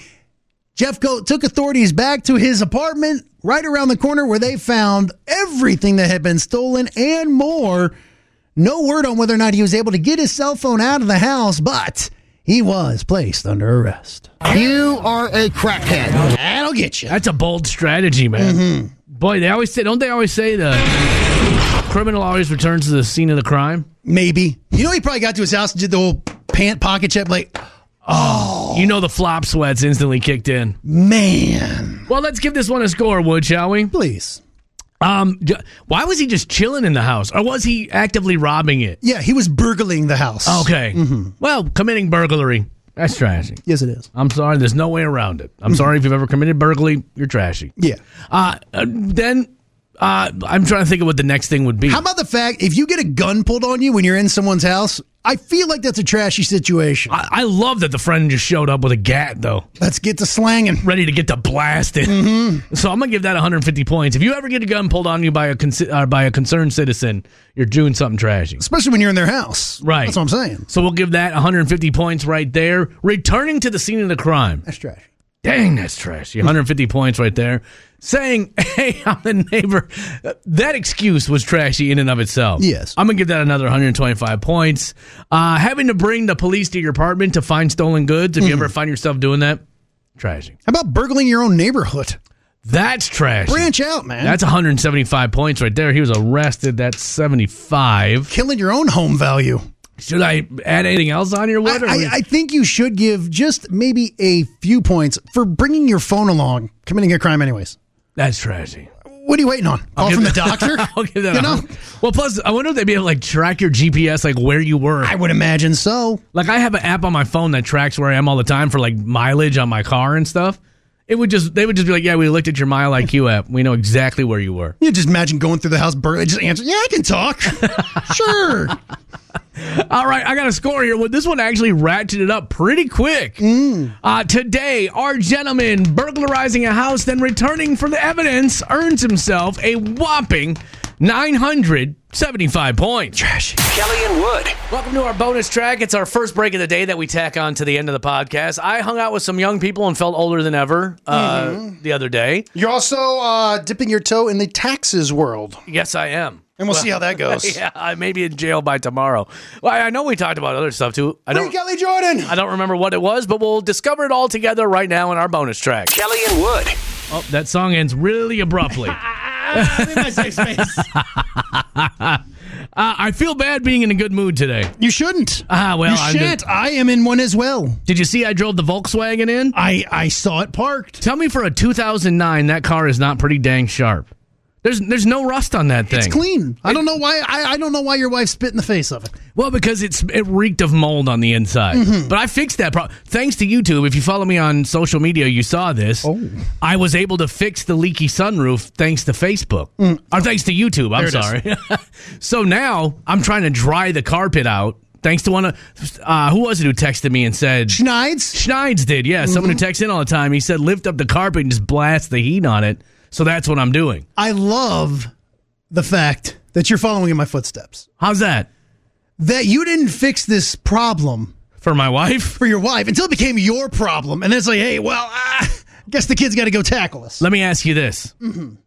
Jeff Coat took authorities back to his apartment right around the corner where they found everything that had been stolen and more. No word on whether or not he was able to get his cell phone out of the house, but he was placed under arrest. You are a crackhead. That'll get you. that's a bold strategy, man. Boy, they always say, don't they always say the criminal always returns to the scene of the crime? Maybe. You know, he probably got to his house and did the whole pant pocket check, like, You know, the flop sweats instantly kicked in. man, Well, let's give this one a score, Wood, shall we? please. Um, j- why was he just chilling in the house, or was he actively robbing it? Yeah, he was burgling the house. Oh, Okay. Well, committing burglary. That's trashy. Yes, it is. I'm sorry. There's no way around it. I'm sorry if you've ever committed burglary. You're trashy. Yeah. Uh, uh, then uh, I'm trying to think of what the next thing would be. How about the fact if you get a gun pulled on you when you're in someone's house? I feel like that's a trashy situation. I, I love that the friend just showed up with a gat though, Let's get to slanging. ready to get to blasted. So I'm gonna give that 150 points. If you ever get a gun pulled on you by a con- uh, by a concerned citizen, you're doing something trashy. Especially when you're in their house. Right. That's what I'm saying. So we'll give that 150 points right there. Returning to the scene of the crime. That's trash. Dang, that's [laughs] trashy. 150 points right there. Saying, [laughs] hey, I'm the neighbor. That excuse was trashy in and of itself. Yes. I'm going to give that another 125 points. Uh, having to bring the police to your apartment to find stolen goods, if you Hmm. ever find yourself doing that, trashy. How about burgling your own neighborhood? That's trashy. Branch out, man. That's 175 points right there. He was arrested. That's 75. killing your own home value. Should I add anything else on your I, what? or we- I, I think you should give just maybe a few points for bringing your phone along, committing a crime, anyways. that's trashy. What are you waiting on? Call Oh, from the doctor? I'll give that. [laughs] You a know? hundred. Well, plus, I wonder if they'd be able to like track your GPS, like where you were. I would imagine so. like, I have an app on my phone that tracks where I am all the time for like mileage on my car and stuff. It would just they would just be like, yeah, we looked at your Mile IQ [laughs] app. We know exactly where you were. You just imagine going through the house, bur- just answer, yeah, I [laughs] can talk. sure. All right, I got a score here. Well, this one actually ratcheted up pretty quick. Uh, today, our gentleman burglarizing a house, then returning for the evidence, earns himself a whopping 975 points. Trash. Kelly and Wood. Welcome to our bonus track. It's our first break of the day that we tack on to the end of the podcast. I hung out with some young people and felt older than ever uh, Mm-hmm. the other day. You're also uh, dipping your toe in the taxes world, Yes, I am. [laughs] and we'll see how that goes. Yeah, I may be in jail by tomorrow. Well, I I know we talked about other stuff too. I Hey, don't. Kelly Jordan. I don't remember what it was, but we'll discover it all together right now in our bonus track. Kelly and Wood. Oh, that song ends really [laughs] abruptly. uh, I feel bad being in a good mood today. You shouldn't. Ah, well, you I'm shan't. I am in one as well. Did you see I drove the Volkswagen in? I, I saw it parked. Tell me for a 2009, that car is not pretty dang sharp. There's there's no rust on that thing. It's clean. I don't know why. I, I don't know why your wife spit in the face of it. Well, because it's it reeked of mold on the inside. But I fixed that problem thanks to YouTube. If you follow me on social media, you saw this. I was able to fix the leaky sunroof thanks to Facebook, or thanks to YouTube. I'm sorry. [laughs] so now I'm trying to dry the carpet out thanks to one of uh, who was it who texted me and said Schneids. Schneids did. Yeah, someone who texts in all the time. He said lift up the carpet and just blast the heat on it. So that's what I'm doing. I love the fact that you're following in my footsteps. How's that That you didn't fix this problem for my wife? for your wife until it became your problem, and then it's like, hey, well, ah, guess the kids got to go tackle us. Let me ask you this: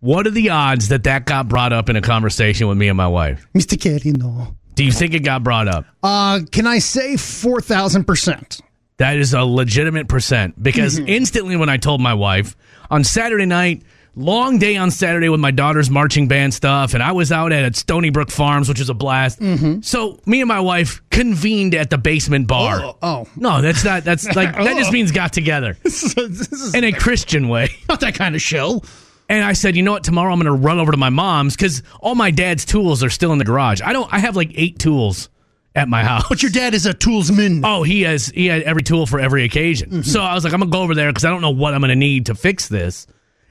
What are the odds that that got brought up in a conversation with me and my wife? Mr. Kid, you know. Do you think it got brought up? Uh, can I say four thousand percent? [laughs] That is a legitimate percent because Mm-hmm. instantly when I told my wife on Saturday night, long day on Saturday with my daughter's marching band stuff, and I was out at Stony Brook Farms, which was a blast. Mm-hmm. So me and my wife convened at the basement bar. Oh, oh. no, that's not. That's [laughs] like that just means got together this is in a Christian way. not that kind of show. And I said, you know what? Tomorrow I'm going to run over to my mom's because all my dad's tools are still in the garage. I don't. I have like eight tools at my [laughs] house. But your dad is a toolsman. Oh, he has. He had every tool for every occasion. Mm-hmm. So I was like, I'm gonna go over there because I don't know what I'm gonna need to fix this.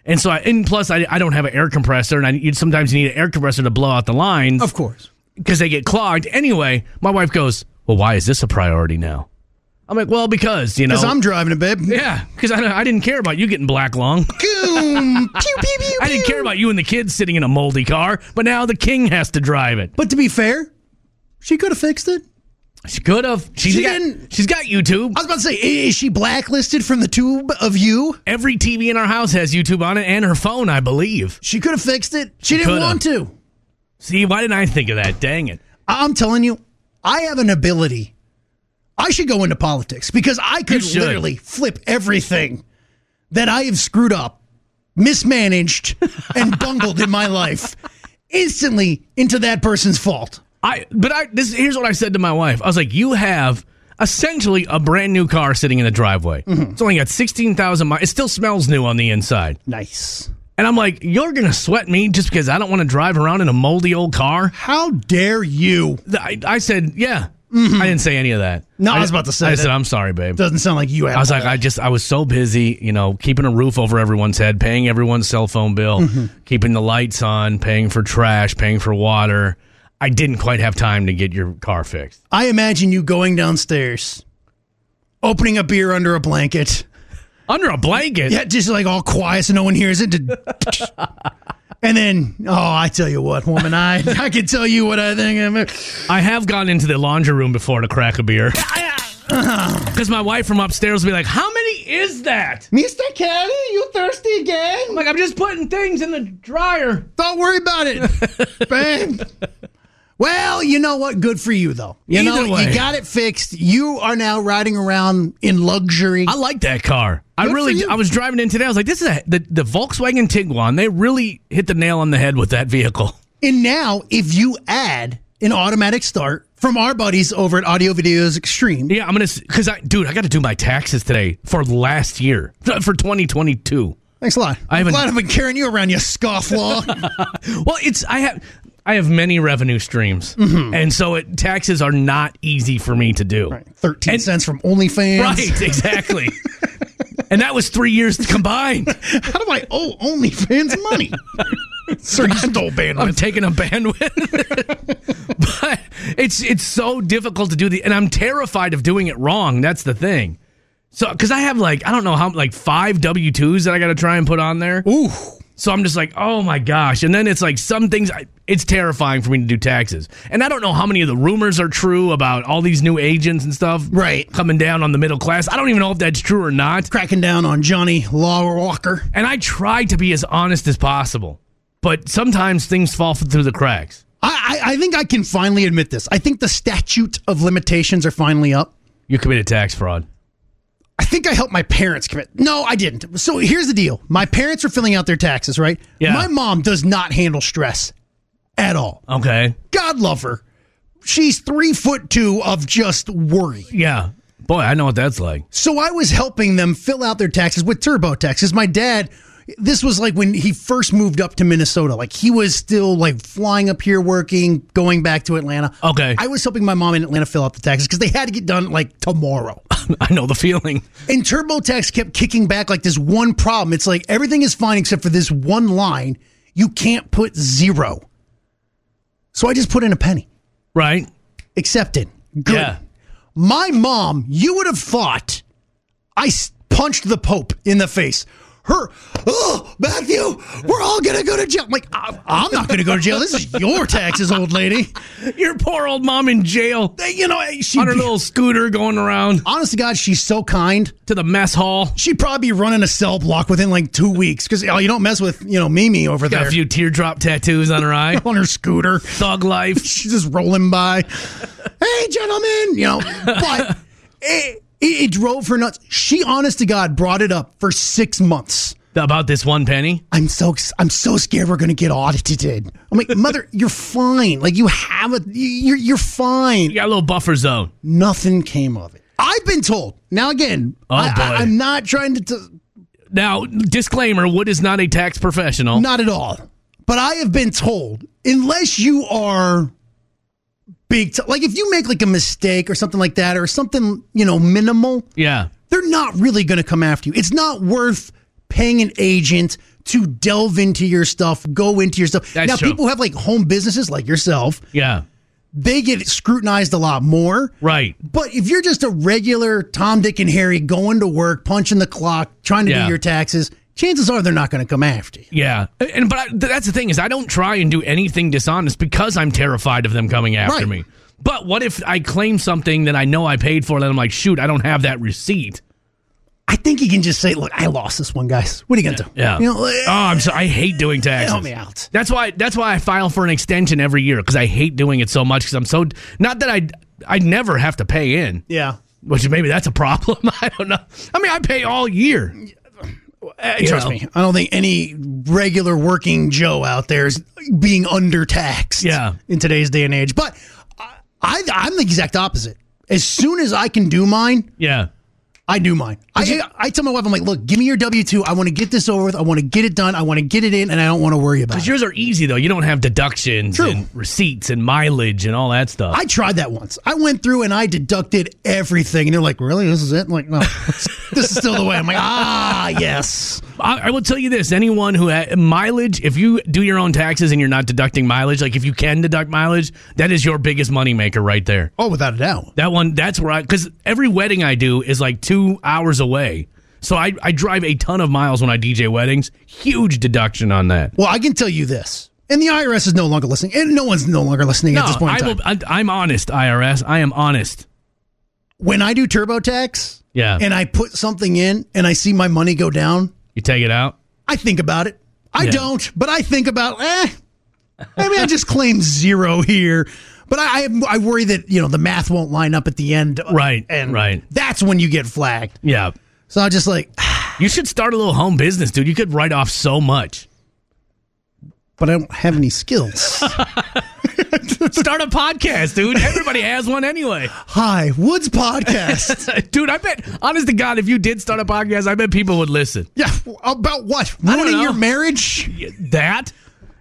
And so I. And plus, I, I don't have an air compressor, and I you sometimes you need an air compressor to blow out the lines Of course. because they get clogged. Anyway, my wife goes, well, why is this a priority now? I'm like, well, because you know. Because I'm driving it, babe. yeah, because I, I didn't care about you getting black lung. [laughs] Goom. pew, pew, pew, I didn't pew. care about you and the kids sitting in a moldy car, but now the king has to drive it. But to be fair, she could have fixed it. She could have. She's She got, didn't- She's got YouTube. I was about to say, i- is she blacklisted from the tube of you? Every TV in our house has YouTube on it, and her phone, I believe. She could have fixed it. She didn't coulda. want to. See, why didn't I think of that? Dang it! I- I'm telling you, I have an ability. I should go into politics because I could should. literally flip everything that I have screwed up, [laughs] mismanaged, and bungled in my life instantly into that person's fault. I. But I. This here's what I said to my wife. I was like, "You have essentially a brand new Mm-hmm. car sitting in the driveway. It's only got sixteen thousand miles. It still smells new on the inside." Nice. And I'm like, you're going to sweat me just because I don't want to drive around in a moldy old car? How dare you? Th- I, I said, yeah. I didn't say any of that. Mm-hmm. No, I was about to say I that. said, I'm sorry, babe. Doesn't sound like you. Had I was like, I just, I was so busy, you know, keeping a roof over everyone's head, paying everyone's cell phone bill, Mm-hmm. keeping the lights on, paying for trash, paying for water. I didn't quite have time to get your car fixed. I imagine you going downstairs, opening a beer under a blanket. Under a blanket? Yeah, just like all quiet so no one hears it. [laughs] and then, oh, I tell you what, woman, I I can tell you what I think. I'm- I have gone into the laundry room before to crack a [laughs] beer. [laughs] Because my wife from upstairs will be like, How many is that? Mr. Kelly, you thirsty I'm again? like, I'm just putting things in the dryer. Don't worry about [laughs] it, babe. Well, you know what? Good for you, though. You Either know, way. you got it fixed. You are now riding around in luxury. I like that car. I Good for really, you. I was driving in today. I was like, this is a, the, the Volkswagen Tiguan. They really hit the nail on the head with that vehicle. [laughs] And now, if you add an automatic start from our buddies over at Audio Videos Extreme, Yeah, I'm going to, because I, dude, I got to do my taxes today for last year, [laughs] for 2022. thanks a lot. I I'm haven't- glad I've been carrying you around, [laughs] you scofflaw. Well, it's, I have, I have many revenue streams. And so it, taxes are not easy for me to do. 13 And- cents from OnlyFans. Right, exactly. and that was three years combined. How do I owe OnlyFans [laughs] money? Sir, you stole I'm bandwidth. taking a bandwidth. [laughs] but it's it's so difficult to do the and I'm terrified of doing it wrong. That's the thing. So cuz I have like I don't know how like 5 W2s that I got to try and put on there. Ooh. So I'm just like, "Oh my gosh." And then it's like some things I, it's terrifying for me to do taxes. And I don't know how many of the rumors are true about all these new agents and stuff Right. coming down on the middle class. I don't even know if that's true or not. Cracking down on Johnny Law Walker. And I try to be as honest as possible. But sometimes things fall through the cracks. I, I, I think I can finally admit this. I think the statute of limitations are finally up. You committed tax fraud. I think I helped my parents commit. No, I didn't. So here's the deal. My parents were filling out their taxes, right? Yeah. My mom does not handle stress at all. Okay. God love her. She's three foot two of just worry. Yeah. Boy, I know what that's like. [laughs] So I was helping them fill out their taxes with TurboTax. Because my dad, this was like when he first moved up to Minnesota. Like he was still like flying up here, working, going back to Atlanta. Okay. I was helping my mom in Atlanta fill out the taxes because they had to get done like tomorrow. I know the feeling. And TurboTax kept kicking back like this one problem. It's like everything is fine except for this one line. You can't put zero. So I just put in a penny. Right? Accepted. Good. Yeah. My mom, you would have thought I s- punched the Pope in the face. Her, oh, Matthew, we're all going to go to jail. I'm like, I- I'm not going to go to jail. This is your taxes, old lady. Your poor old mom in jail You know, eh, she, on her little scooter going around honest to God, she's so kind. to the mess hall. She'd probably be running a cell block within like two weeks because oh, you don't mess with, you know, Mimi over Got there a few teardrop tattoos on her eye. on her scooter. Thug [laughs] life. She's just rolling by. hey, gentlemen, you know, but it, it, it drove her nuts. She, honest to God, brought it up for six months. About this one penny. I'm so ex- I'm so scared we're gonna get audited. I'm like, mother, you're fine. Like you have a you're you're fine. You got a little buffer zone. Nothing came of it. I've been told. Now again, Oh, I, boy. I, am not trying to, to Now, disclaimer Wood is not a tax professional. Not at all. But I have been told, unless you are big, t- like if you make like a mistake or something like that, or something you know minimal, Yeah. they're not really going to come after you. It's not worth paying an agent to delve into your stuff, go into your stuff. That's now, true. people who have like home businesses, like yourself, Yeah. they get scrutinized a lot more. Right. But if you're just a regular Tom, Dick, and Harry going to work, punching the clock, trying to Yeah. do your taxes, chances are they're not going to come after you. Yeah. And but I, th- that's the thing is I don't try and do anything dishonest because I'm terrified of them coming after Right. me. But what if I claim something that I know I paid for and I'm like, shoot, I don't have that receipt. I think he can just say, "Look, I lost this one, guys. What are you gonna do? Yeah. you know, eh, oh, I'm so I hate doing taxes. help me out." That's why that's why I file for an extension every year because I hate doing it so much because I'm so not that I I never have to pay in, Yeah, which maybe that's a problem. [laughs] I don't know. I mean, I pay all year. You trust know? me. I don't think any regular working Joe out there is being undertaxed. Yeah. in today's day and age. But I, I, I'm the exact opposite. As soon as I can do mine, Yeah. I do mine. I, I tell my wife, I'm like, look, give me your W two. I want to get this over with. I want to get it done. I want to get it in, and I don't want to worry about it. Because yours are easy though. You don't have deductions True. and receipts and mileage and all that stuff. I tried that once. I went through and I deducted everything, and they're like, "Really? This is it?" I'm like, no, this is still the way. I'm like, ah, yes. I, I will tell you this: anyone who ha- mileage, if you do your own taxes and you're not deducting mileage, like if you can deduct mileage, that is your biggest moneymaker right there. Oh, without a doubt. That one, that's where I because every wedding I do is like two hours away, so I I drive a ton of miles when I DJ weddings. Huge deduction on that. Well, I can tell you this, and the IRS is no longer listening, and no one's no longer listening at this point. In I time. will, I, I'm honest, IRS. I am honest. when I do TurboTax, Yeah. and I put something in, and I see my money go down, You take it out. I think about it. I Yeah. don't, but I think about eh. I mean, I just claim zero here, but I, I I worry that you know the math won't line up at the end. Right, and right. That's when you get flagged. Yeah. So I'm just like, [sighs] You should start a little home business, dude. You could write off so [laughs] much. but I don't have any skills. Start a podcast, dude. Everybody has one [laughs] anyway. Hi, Woods Podcast. Dude, I bet, honest to God, if you did start a podcast, I bet people would listen. yeah, about what? don't Ruining know. your marriage? That,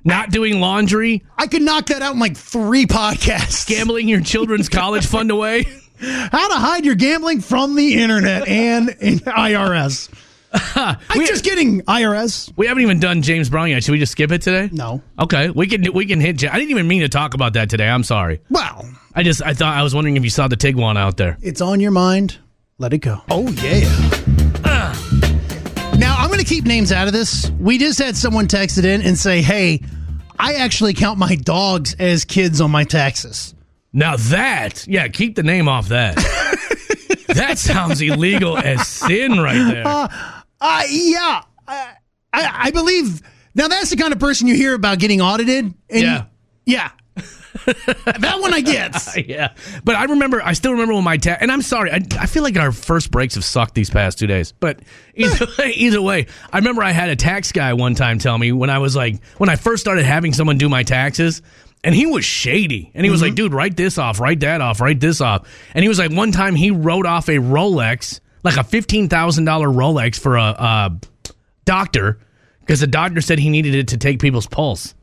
not doing laundry, I could knock that out in like three podcasts. gambling your [laughs] children's college fund away. How to hide your gambling from the internet and in IRS. I'm just kidding, IRS. We haven't even done James Brown yet. Should we just skip it today? No. Okay, we can we can hit. Ja- I didn't even mean to talk about that today. I'm sorry. Well, I just I thought I was wondering if you saw the Tiguan out there. it's on your mind. Let it go. Oh, yeah. Now, I'm going to keep names out of this. We just had someone text it in and say, hey, I actually count my dogs as kids on my taxes. Now that, yeah, keep the name off that. that sounds illegal as sin right there. Uh, yeah, I, I, I believe. Now that's the kind of person you hear about getting audited. And Yeah. yeah. [laughs] that one I get. [laughs] yeah. But I remember, I still remember when my tax, and I'm sorry, I, I feel like our first breaks have sucked these past two days. But either, [laughs] way- either way, I remember I had a tax guy one time tell me when I was like, when I first started having someone do my taxes, and he was shady. And he was like, dude, write this off, write that off, write this off. And he was like, one time he wrote off a Rolex, like a $15,000 Rolex for a, uh doctor, because the doctor said he needed it to take people's pulse.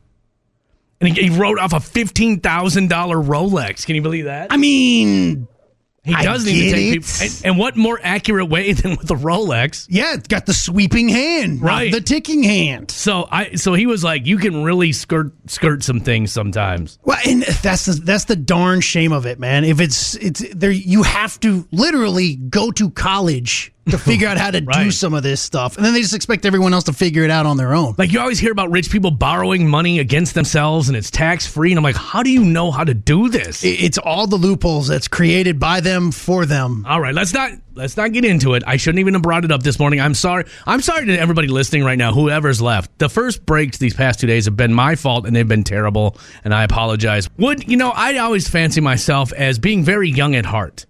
And he, he wrote off a fifteen thousand dollar Rolex. Can you believe that? I mean, He I does need to get take it. people. And, and what more accurate way [laughs] than with a Rolex? yeah, it's got the sweeping hand, not Right. The ticking hand. So I, so he was like, you can really skirt skirt some things sometimes. Well, and that's the, that's the darn shame of it, man. If it's it's there, you have to literally go to college [laughs] to figure out how to do Right. some of this stuff, and then they just expect everyone else to figure it out on their own. Like you always hear about rich people borrowing money against themselves, and it's tax free. And I'm like, how do you know how to do this? It- It's all the loopholes that's created by them for them. All right, let's not let's not get into it. I shouldn't even have brought it up this morning. I'm sorry. I'm sorry to everybody listening right now, whoever's left. The first breaks these past two days have been my fault and they've been terrible, and I apologize. Would you know, I always fancy myself as being very young at heart.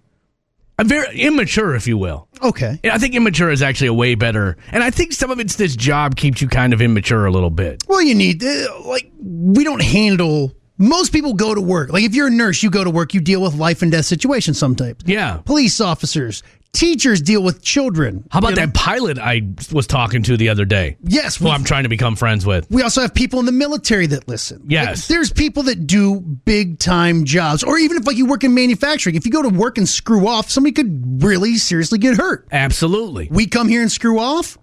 I'm very immature, if you will. Okay. And I think immature is actually a way better. And I think some of it's this job keeps you kind of immature a little bit. Well, you need uh, like we don't handle. Most people go to work. Like if you're a nurse, you go to work. You deal with life and death situations sometimes. Yeah. Police officers, teachers deal with children. How about that pilot I was talking to the other day? Yes, Who we- I'm trying to become friends with. We also have people in the military that listen. Like, Yes. there's people that do big time jobs, or even if like you work in manufacturing, if you go to work and screw off, somebody could really seriously get hurt. Absolutely. We come here and screw off,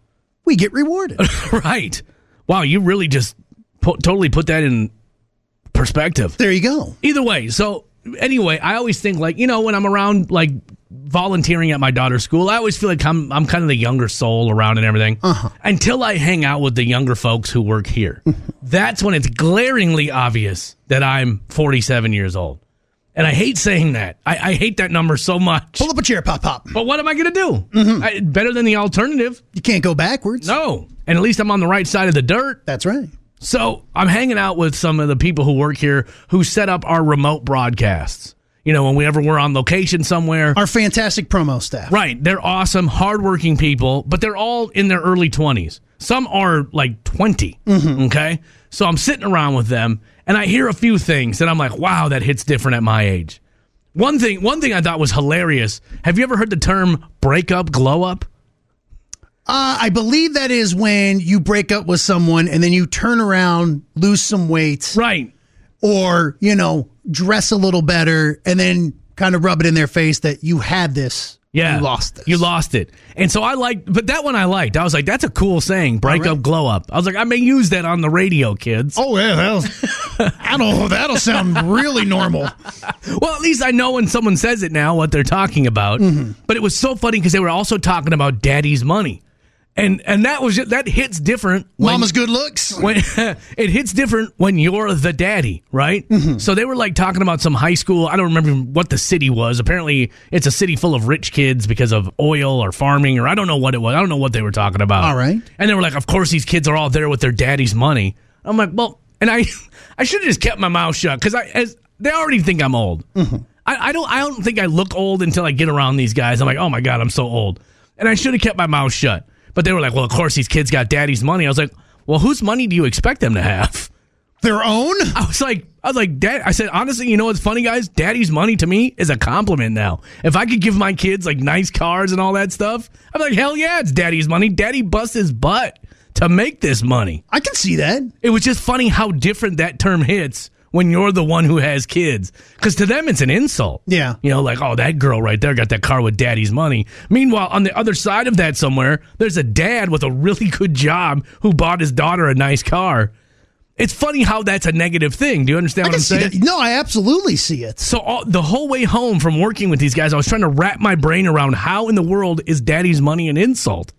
we [laughs] get rewarded. Right. Wow, you really just po- totally put that in perspective. there you go. Either way, so anyway, I always think like, you know, when I'm around like volunteering at my daughter's school, I always feel like I'm I'm kind of the younger soul around and everything. Until I hang out with the younger folks who work here. That's when it's glaringly obvious that I'm 47 years old. And I hate saying that. I, I hate that number so much. Pull up a chair, pop pop. But what am I going to do? I, better than the alternative. You can't go backwards. No. And at least I'm on the right side of the dirt. That's right. So I'm hanging out with some of the people who work here who set up our remote broadcasts. You know, whenever we're on location somewhere. Our fantastic promo staff. Right. They're awesome, hardworking people, but they're all in their early 20s. Some are like 20. Okay. So I'm sitting around with them and I hear a few things and I'm like, wow, that hits different at my age. One thing, one thing I thought was hilarious. Have you ever heard the term breakup glow up? Uh, I believe that is when you break up with someone and then you turn around, lose some weight, Right. or you know, dress a little better, and then kind of rub it in their face that you had this. Yeah. you lost this. You lost it. And so I liked, but that one I liked. I was like, that's a cool saying, breakup glow up. I was like, I may use that on the radio, kids. Oh yeah, that'll, I don't know. That'll sound really normal. Well, at least I know when someone says it now what they're talking about. Mm-hmm. But it was so funny because they were also talking about daddy's money. And and that was just, that hits different when Mama's good looks. when [laughs] it hits different when you're the daddy, right? Mm-hmm. So they were like talking about some high school. I don't remember what the city was. Apparently, it's a city full of rich kids because of oil or farming or I don't know what it was. I don't know what they were talking about. All right. And they were like, "Of course, these kids are all there with their daddy's money." I'm like, "Well," and I, [laughs] I should have just kept my mouth shut because I, as they already think I'm old. Mm-hmm. I, I don't, I don't think I look old until I get around these guys. I'm like, "Oh my god, I'm so old," and I should have kept my mouth shut. But they were like, "Well, of course, these kids got daddy's money." I was like, "Well, whose money do you expect them to have?" Their own. I was like, I was like, Dad. I said, honestly, you know what's funny, guys? Daddy's money to me is a compliment now. If I could give my kids like nice cars and all that stuff, I'm like, hell yeah, it's daddy's money. Daddy busts his butt to make this money. I can see that. It was just funny how different that term hits when you're the one who has kids, because to them it's an insult. Yeah. you know, like, oh, that girl right there got that car with daddy's money. Meanwhile, on the other side of that somewhere, there's a dad with a really good job who bought his daughter a nice car. It's funny how that's a negative thing. Do you understand I what can I'm see saying? that. No, I absolutely see it. So all, the whole way home from working with these guys, I was trying to wrap my brain around how in the world is daddy's money an insult?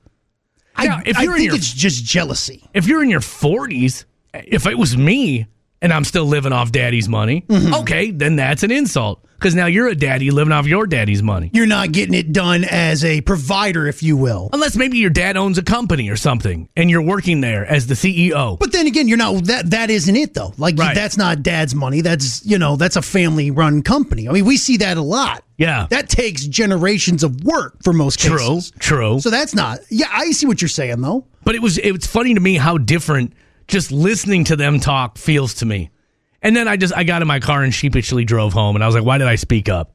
Now, I, if I you're in think your- it's just jealousy. If you're in your 40s, if it was me and I'm still living off daddy's money, Mm-hmm. okay, then that's an insult because now you're a daddy living off your daddy's money. You're not getting it done as a provider, if you will. Unless maybe your dad owns a company or something and you're working there as the E CEO. But then again, you're not that that isn't it though. Like Right. that's not dad's money. That's you know, that's a family run company. I mean, we see that a lot. Yeah. That takes generations of work for most True, cases. true. So that's not yeah, I see what you're saying though. But it was it was funny to me how different just listening to them talk feels to me. And then I just I got in my car and sheepishly drove home, and I was like, why did I speak up?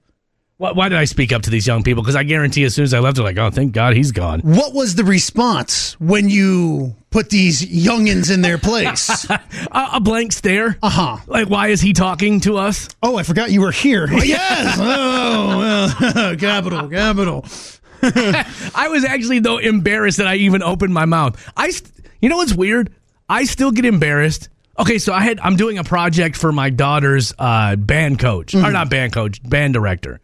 Why, why did I speak up to these young people? Because I guarantee as soon as I left, they're like, oh, thank God he's gone. What was the response when you put these youngins in [laughs] their place? A, a blank stare. Uh Uh-huh. Like, why is he talking to us? oh, I forgot you were here. Oh, yes. [laughs] Oh, well, [laughs] capital, capital. [laughs] I was actually though embarrassed that I even opened my mouth. I, st- you know what's weird? I still get embarrassed. Okay, so I had I'm doing a project for my daughter's uh, band coach, Mm-hmm. or not band coach, band director,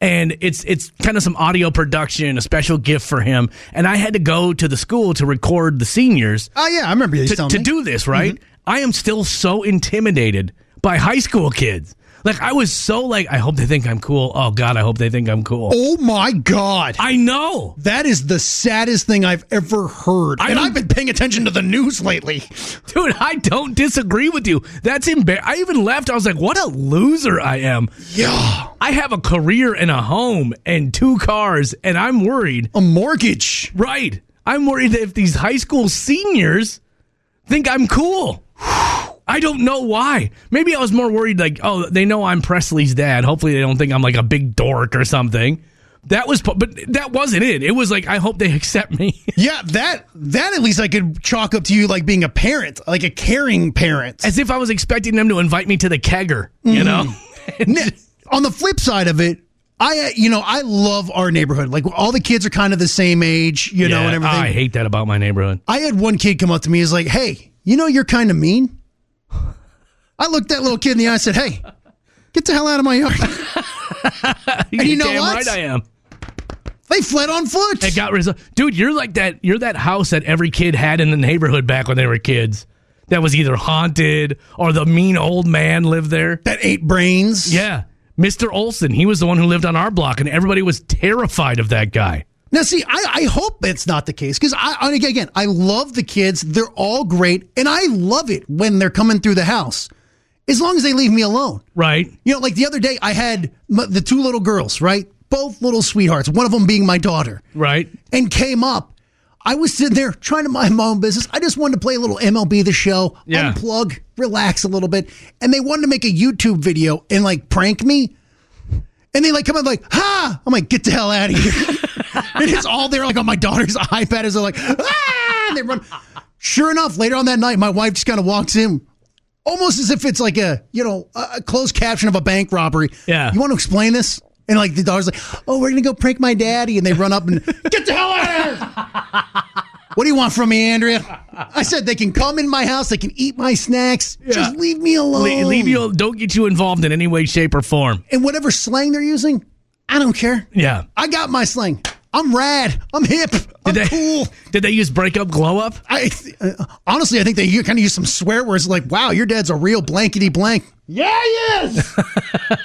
and it's it's kind of some audio production, a special gift for him, and I had to go to the school to record the seniors Oh yeah, I remember you to, telling to me. Mm-hmm. do this, right? I am still so intimidated by high school kids. Like I was so like, I hope they think I'm cool. Oh God, I hope they think I'm cool. Oh my god. I know. That is the saddest thing I've ever heard. I and don't- I've been paying attention to the news lately. Dude, I don't disagree with you. That's embar. I even left. I was like, "What a loser I am." Yeah. I have a career and a home and two cars, and I'm worried. A mortgage. Right, I'm worried that if these high school seniors think I'm cool, I don't know why. Maybe I was more worried, like, "Oh, they know I'm Presley's dad. Hopefully, they don't think I'm like a big dork or something." That was, pu- but that wasn't it. It was like, I hope they [laughs] accept me. Yeah, that that at least I could chalk up to you like being a parent, like a caring parent. As if I was expecting them to invite me to the kegger, you know? Ne- on the flip side of it, I uh, you know, I love our neighborhood. Like all the kids are kind of the same age, you know, Yeah. and everything. I hate that about my neighborhood. I had one kid come up to me. He's like, "Hey, you know, you're kind of mean." I looked that little kid in the eye. and said, "Hey, get the hell out of my yard." [laughs] and you You're know damn what? Right, I am. They fled on foot. It got result, dude. You're like that. You're that house that every kid had in the neighborhood back when they were kids. That was either haunted or the mean old man lived there. that ate brains. Yeah, Mr. Olson. He was the one who lived on our block, and everybody was terrified of that guy. Now, see, I, I hope it's not the case because I, I- again, I love the kids. They're all great, and I love it when they're coming through the house, as long as they leave me alone. Right. You know, like the other day, I had m- the two little girls, right? Both little sweethearts. One of them being my daughter, Right. and came up. I was sitting there trying to mind my own business. I just wanted to play a little MLB the show, Yeah. unplug, relax a little bit. And they wanted to make a YouTube video and like prank me. And they like come up like, ha! I'm like, get the hell out of here. [laughs] and it's all there like on my daughter's [laughs] iPad as they're like, ah! And they run. Sure enough, later on that night, my wife just kind of walks in, almost as if it's like a, you know, a a closed caption of a bank robbery. Yeah. You want to explain this? And like the daughter's like, oh, we're going to go prank my daddy. And they run up and, [laughs] get the hell out of here! What do you want from me, Andrea? I said they can come in my house, they can eat my snacks. Just leave me alone. Le- leave you. Don't get you involved in any way, shape, or form. and whatever slang they're using, I don't care. Yeah. I got my slang. I'm rad. I'm hip. I'm they- cool. [laughs] Did they use break up, glow up? I uh, honestly, I think they kind of use some swear words like, "Wow, your dad's a real blankety blank." Yeah, yes. [laughs]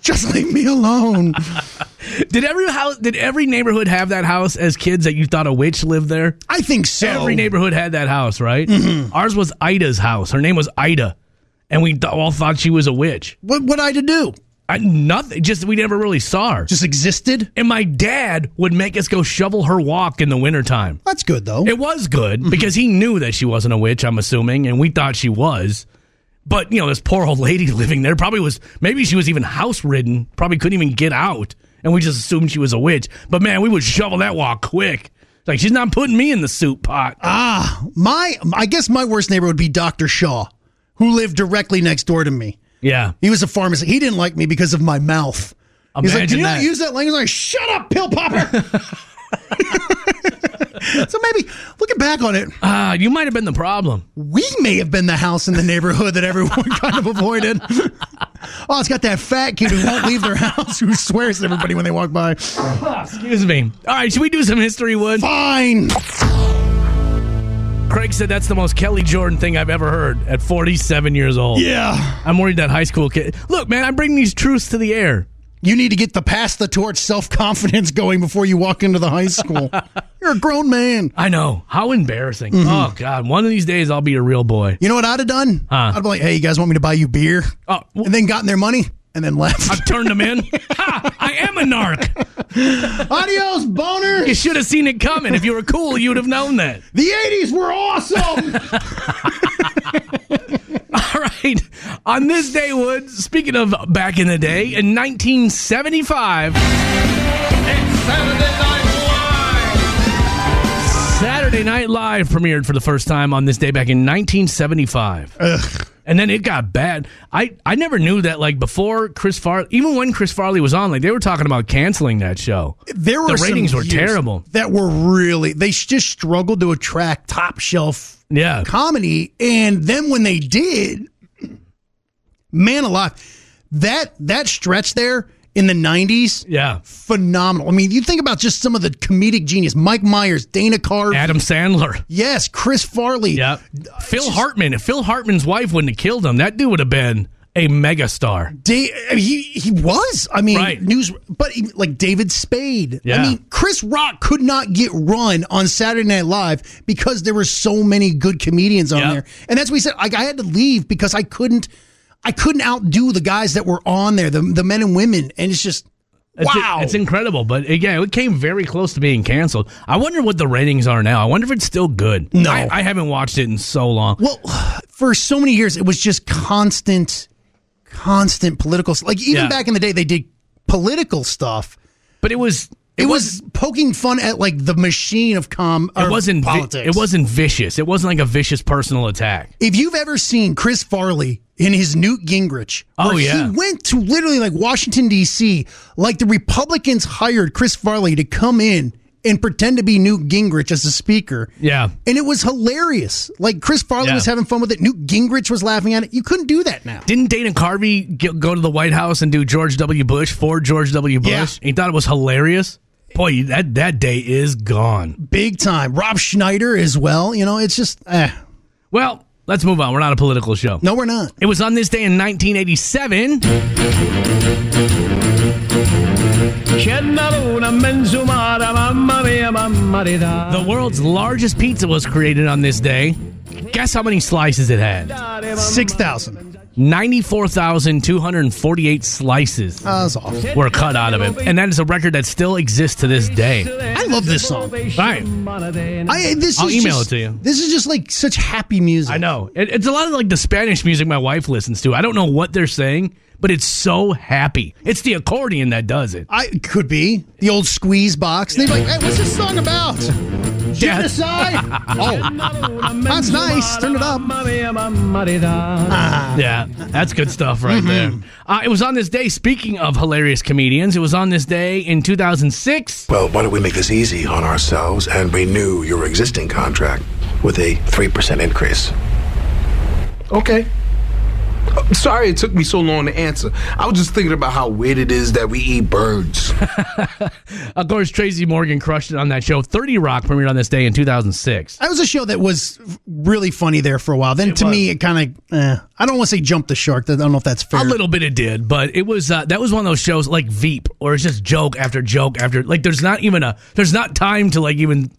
Just leave me alone. Did every house? Did every neighborhood have that house as kids that you thought a witch lived there? I think so. Every neighborhood had that house, right? Mm-hmm. Ours was Ida's house. Her name was Ida, and we th- all thought she was a witch. What what I to do? I, nothing. Just we never really saw her. Just existed. and my dad would make us go shovel her walk in the wintertime. That's good though. It was Mm-hmm. good because he knew that she wasn't a witch, I'm assuming, and we thought she was. But, you know, this poor old lady [laughs] living there probably was, maybe she was even house ridden, probably couldn't even get out. And we just assumed she was a witch. But man, we would shovel that walk quick. It's Like, she's not putting me in the soup pot. Ah. my I guess my worst neighbor would be Doctor Shaw, who lived directly next door to me. yeah. He was a pharmacist. He didn't like me because of my mouth. He's like, Imagine do you that. not use that language? I'm like, shut up, pill [laughs] popper. [laughs] so maybe looking back on it, Ah, you might have been the problem. we may have been the house in the neighborhood that everyone [laughs] kind of avoided. oh, it's got that fat kid who won't leave their house who swears at everybody when they walk by. Excuse me. All right, should we do some history, Wood? Fine. Craig said that's the most Kelly Jordan thing I've ever heard at 47 years old. Yeah. I'm worried that high school kid. Look, man, I'm bringing these truths to the air. You need to get the pass the torch self confidence going before you walk into the high [laughs] school. You're a grown man. I know. How embarrassing. Oh, God. One of these days, I'll be a real boy. You know what I'd have done? Huh. I'd have been like, hey, you guys want me to buy you beer? Oh, w- and then gotten their money and then left. [laughs] I've turned them in. ha! I am a narc. Adios, boner. You should have seen it coming. If you were cool, you'd have known that. The 80s were awesome. [laughs] All right. On this day, Wood, speaking of back in the day, in 1975. Saturday Night Live premiered for the first time on this day back in 1975. And then it got bad. I, I never knew that, like, before Chris Farley, even when Chris Farley was on, like, they were talking about canceling that show. there were The ratings some were years terrible. That were really they sh- just struggled to attract top shelf Yeah. comedy and then when they did man alive that that stretch there in the 90s Yeah. phenomenal. I mean, you think about just some of the comedic genius Mike Myers, Dana Carvey, Adam Sandler. yes, Chris Farley. Yeah. Phil Hartman. If Phil Hartman's wife wouldn't have killed him, that dude would have been a megastar. Da- I mean, he he was. I mean, Right. news, but he- like David Spade. Yeah. I mean, Chris Rock could not get run on Saturday Night Live because there were so many good comedians on Yeah. there, and that's what he said. Like, I had to leave because I couldn't, I couldn't outdo the guys that were on there, the the men and women, and it's just It's, wow. It's incredible. But again, it came very close to being canceled. I wonder what the ratings are now. I wonder if it's still good. No. I, I haven't watched it in so long. well, for so many years, it was just constant, constant political. s- Like even Yeah. back in the day, they did political stuff. But it was. It, It, was. was poking fun at like the machine of com. It or wasn't. vi- politics. it wasn't vicious. It wasn't like a vicious personal attack. if you've ever seen Chris Farley in his Newt Gingrich, Oh, where yeah. he went to literally like Washington D.C., like the Republicans hired Chris Farley to come in and pretend to be Newt Gingrich as a speaker. Yeah. And it was hilarious. Like Chris Farley Yeah. was having fun with it. Newt Gingrich was laughing at it. You couldn't do that now. Didn't Dana Carvey g- go to the White House and do George W. Bush for George W. Bush? Yeah. He thought it was hilarious. Boy, that that day is gone. Big time. Rob Schneider as well. You know, it's just, eh. Well, let's move on. We're not a political show. no, we're not. It was on this day in 1987. The world's largest pizza was created on this day. Guess how many slices it had? 6,000. 94,248 slices Uh, That's off. were cut out of it. And that is a record that still exists to this day. I love this song. Right. I, this I'll is email just- it to you. This is just like such happy music. I know. It, it's a lot of like the Spanish music my wife listens to. I don't know what they're saying, but it's so happy. It's the accordion that does it. I could be the old squeeze box. They'd be like, "Hey, what's this song [laughs] about? Genocide? oh, that's nice. Turn it up." Yeah, that's good stuff right there. Uh, it was on this day, speaking of hilarious comedians, it was on this day in 2006. Well, why don't we make this easy on ourselves and renew your existing contract with a 3% increase? Okay. Uh, Sorry it took me so long to answer. I was just thinking about how weird it is that we eat birds. Of course, Tracy Morgan crushed it on that show. 30 Rock premiered on this day in 2006. That was a show that was really funny there for a while. Then to me, it kind of, eh, I don't want to say jump the shark. I don't know if that's fair. A little bit it did, but it was uh, that was one of those shows like Veep, or it's just joke after joke after like. There's not even a there's not time to like even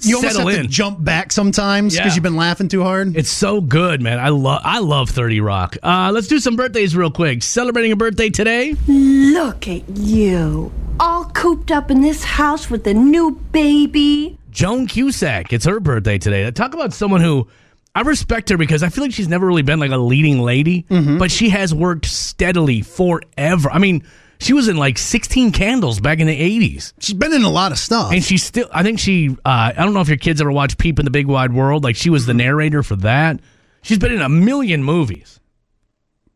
you almost settle have in. to jump back sometimes because Yeah. you've been laughing too hard. It's so good, man. I love I love 30 Rock. Uh, let's do some birthdays real quick. Celebrating a birthday today. Look at you, all cooped up in this house with the new baby. Joan Cusack. It's her birthday today. Talk about someone who I respect her because I feel like she's never really been like a leading lady, but she has worked steadily forever. I mean, she was in like 16 candles back in the 80s. She's been in a lot of stuff. And she still, I think she, uh, I don't know if your kids ever watched Peep in the Big Wide World. Like, she was the narrator for that. She's been in a million movies.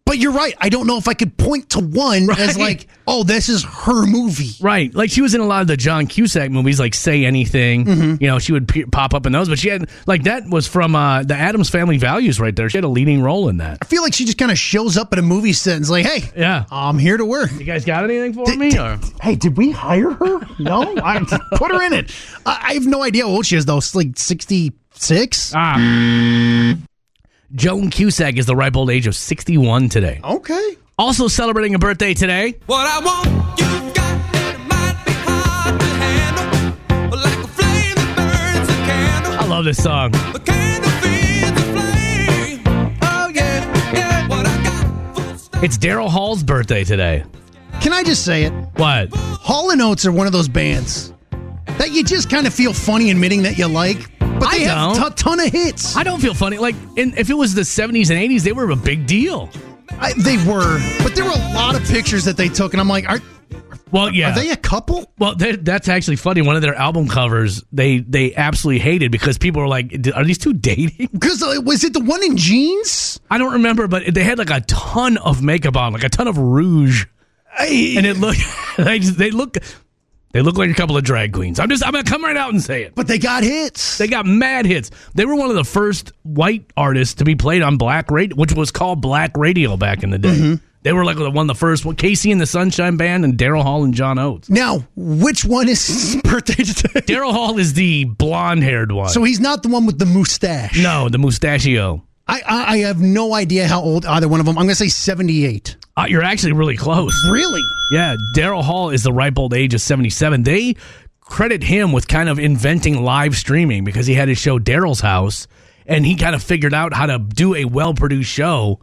But you're right. I don't know if I could point to one Right. as like, oh, this is her movie. Right. Like, she was in a lot of the John Cusack movies, like Say Anything. You know, she would pe- pop up in those, but she had, like, that was from uh, the Adams Family Values right there. She had a leading role in that. I feel like she just kind of shows up at a movie set and is like, hey, Yeah. I'm here to work. You guys got anything for me? Or? Hey, did we hire her? No, I [laughs] put her in it. I, I have no idea how old she is though. It's like sixty six. Ah. Joan Cusack is the ripe old age of 61 today. Okay. Also celebrating a birthday today. What I want, you got, and it might be hard to handle. But like a flame that burns a candle, I love this song. a candle feeds a flame. Oh, yeah, yeah. What I got, full stop. It's Daryl Hall's birthday today. Can I just say it? What? Hall and Oates are one of those bands that you just kind of feel funny admitting that you like, but I they have a don't. ton of hits. I don't feel funny. Like, in, if it was the 70s and 80s, they were a big deal. I, they were, but there were a lot of pictures that they took, and I'm like, are, Well, yeah. are they a couple? well, that that's actually funny. One of their album covers, they they absolutely hated because people were like, "D- "Are these two [laughs] dating?" Because uh, was it the one in jeans? I don't remember, but they had like a ton of makeup on, like a ton of rouge, and it looked [laughs] they just, they look they look like a couple of drag queens. I'm just I'm gonna come right out and say it. But they got hits. They got mad hits. They were one of the first white artists to be played on black radio, which was called black radio back in the day. They were like one of the first. Well, Casey and the Sunshine Band and Daryl Hall and John Oates. now, which one is [laughs] his birthday today? Daryl Hall is the blonde-haired one. So he's not the one with the mustache. no, the mustachio. I, I, I have no idea how old either one of them. I'm going to say 78. Uh, you're actually really close. Really? Yeah, Daryl Hall is the ripe old age of 77. They credit him with kind of inventing live streaming because he had his show Daryl's House and he kind of figured out how to do a well produced show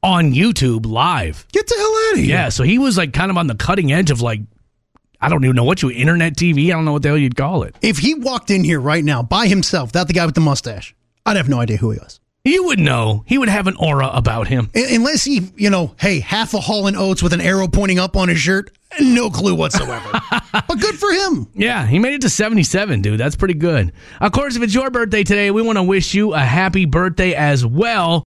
on YouTube live. Get the hell out of here. Yeah, so he was like kind of on the cutting edge of like, I don't even know what you, internet TV. I don't know what the hell you'd call it. If he walked in here right now by himself, without the guy with the mustache, I'd have no idea who he was. You would know. He would have an aura about him. Un- Unless he, you know, hey, half a Hall and Oates with an arrow pointing up on his shirt, no clue whatsoever. but good for him. Yeah, he made it to 77, dude. That's pretty good. Of course, if it's your birthday today, we want to wish you a happy birthday as well.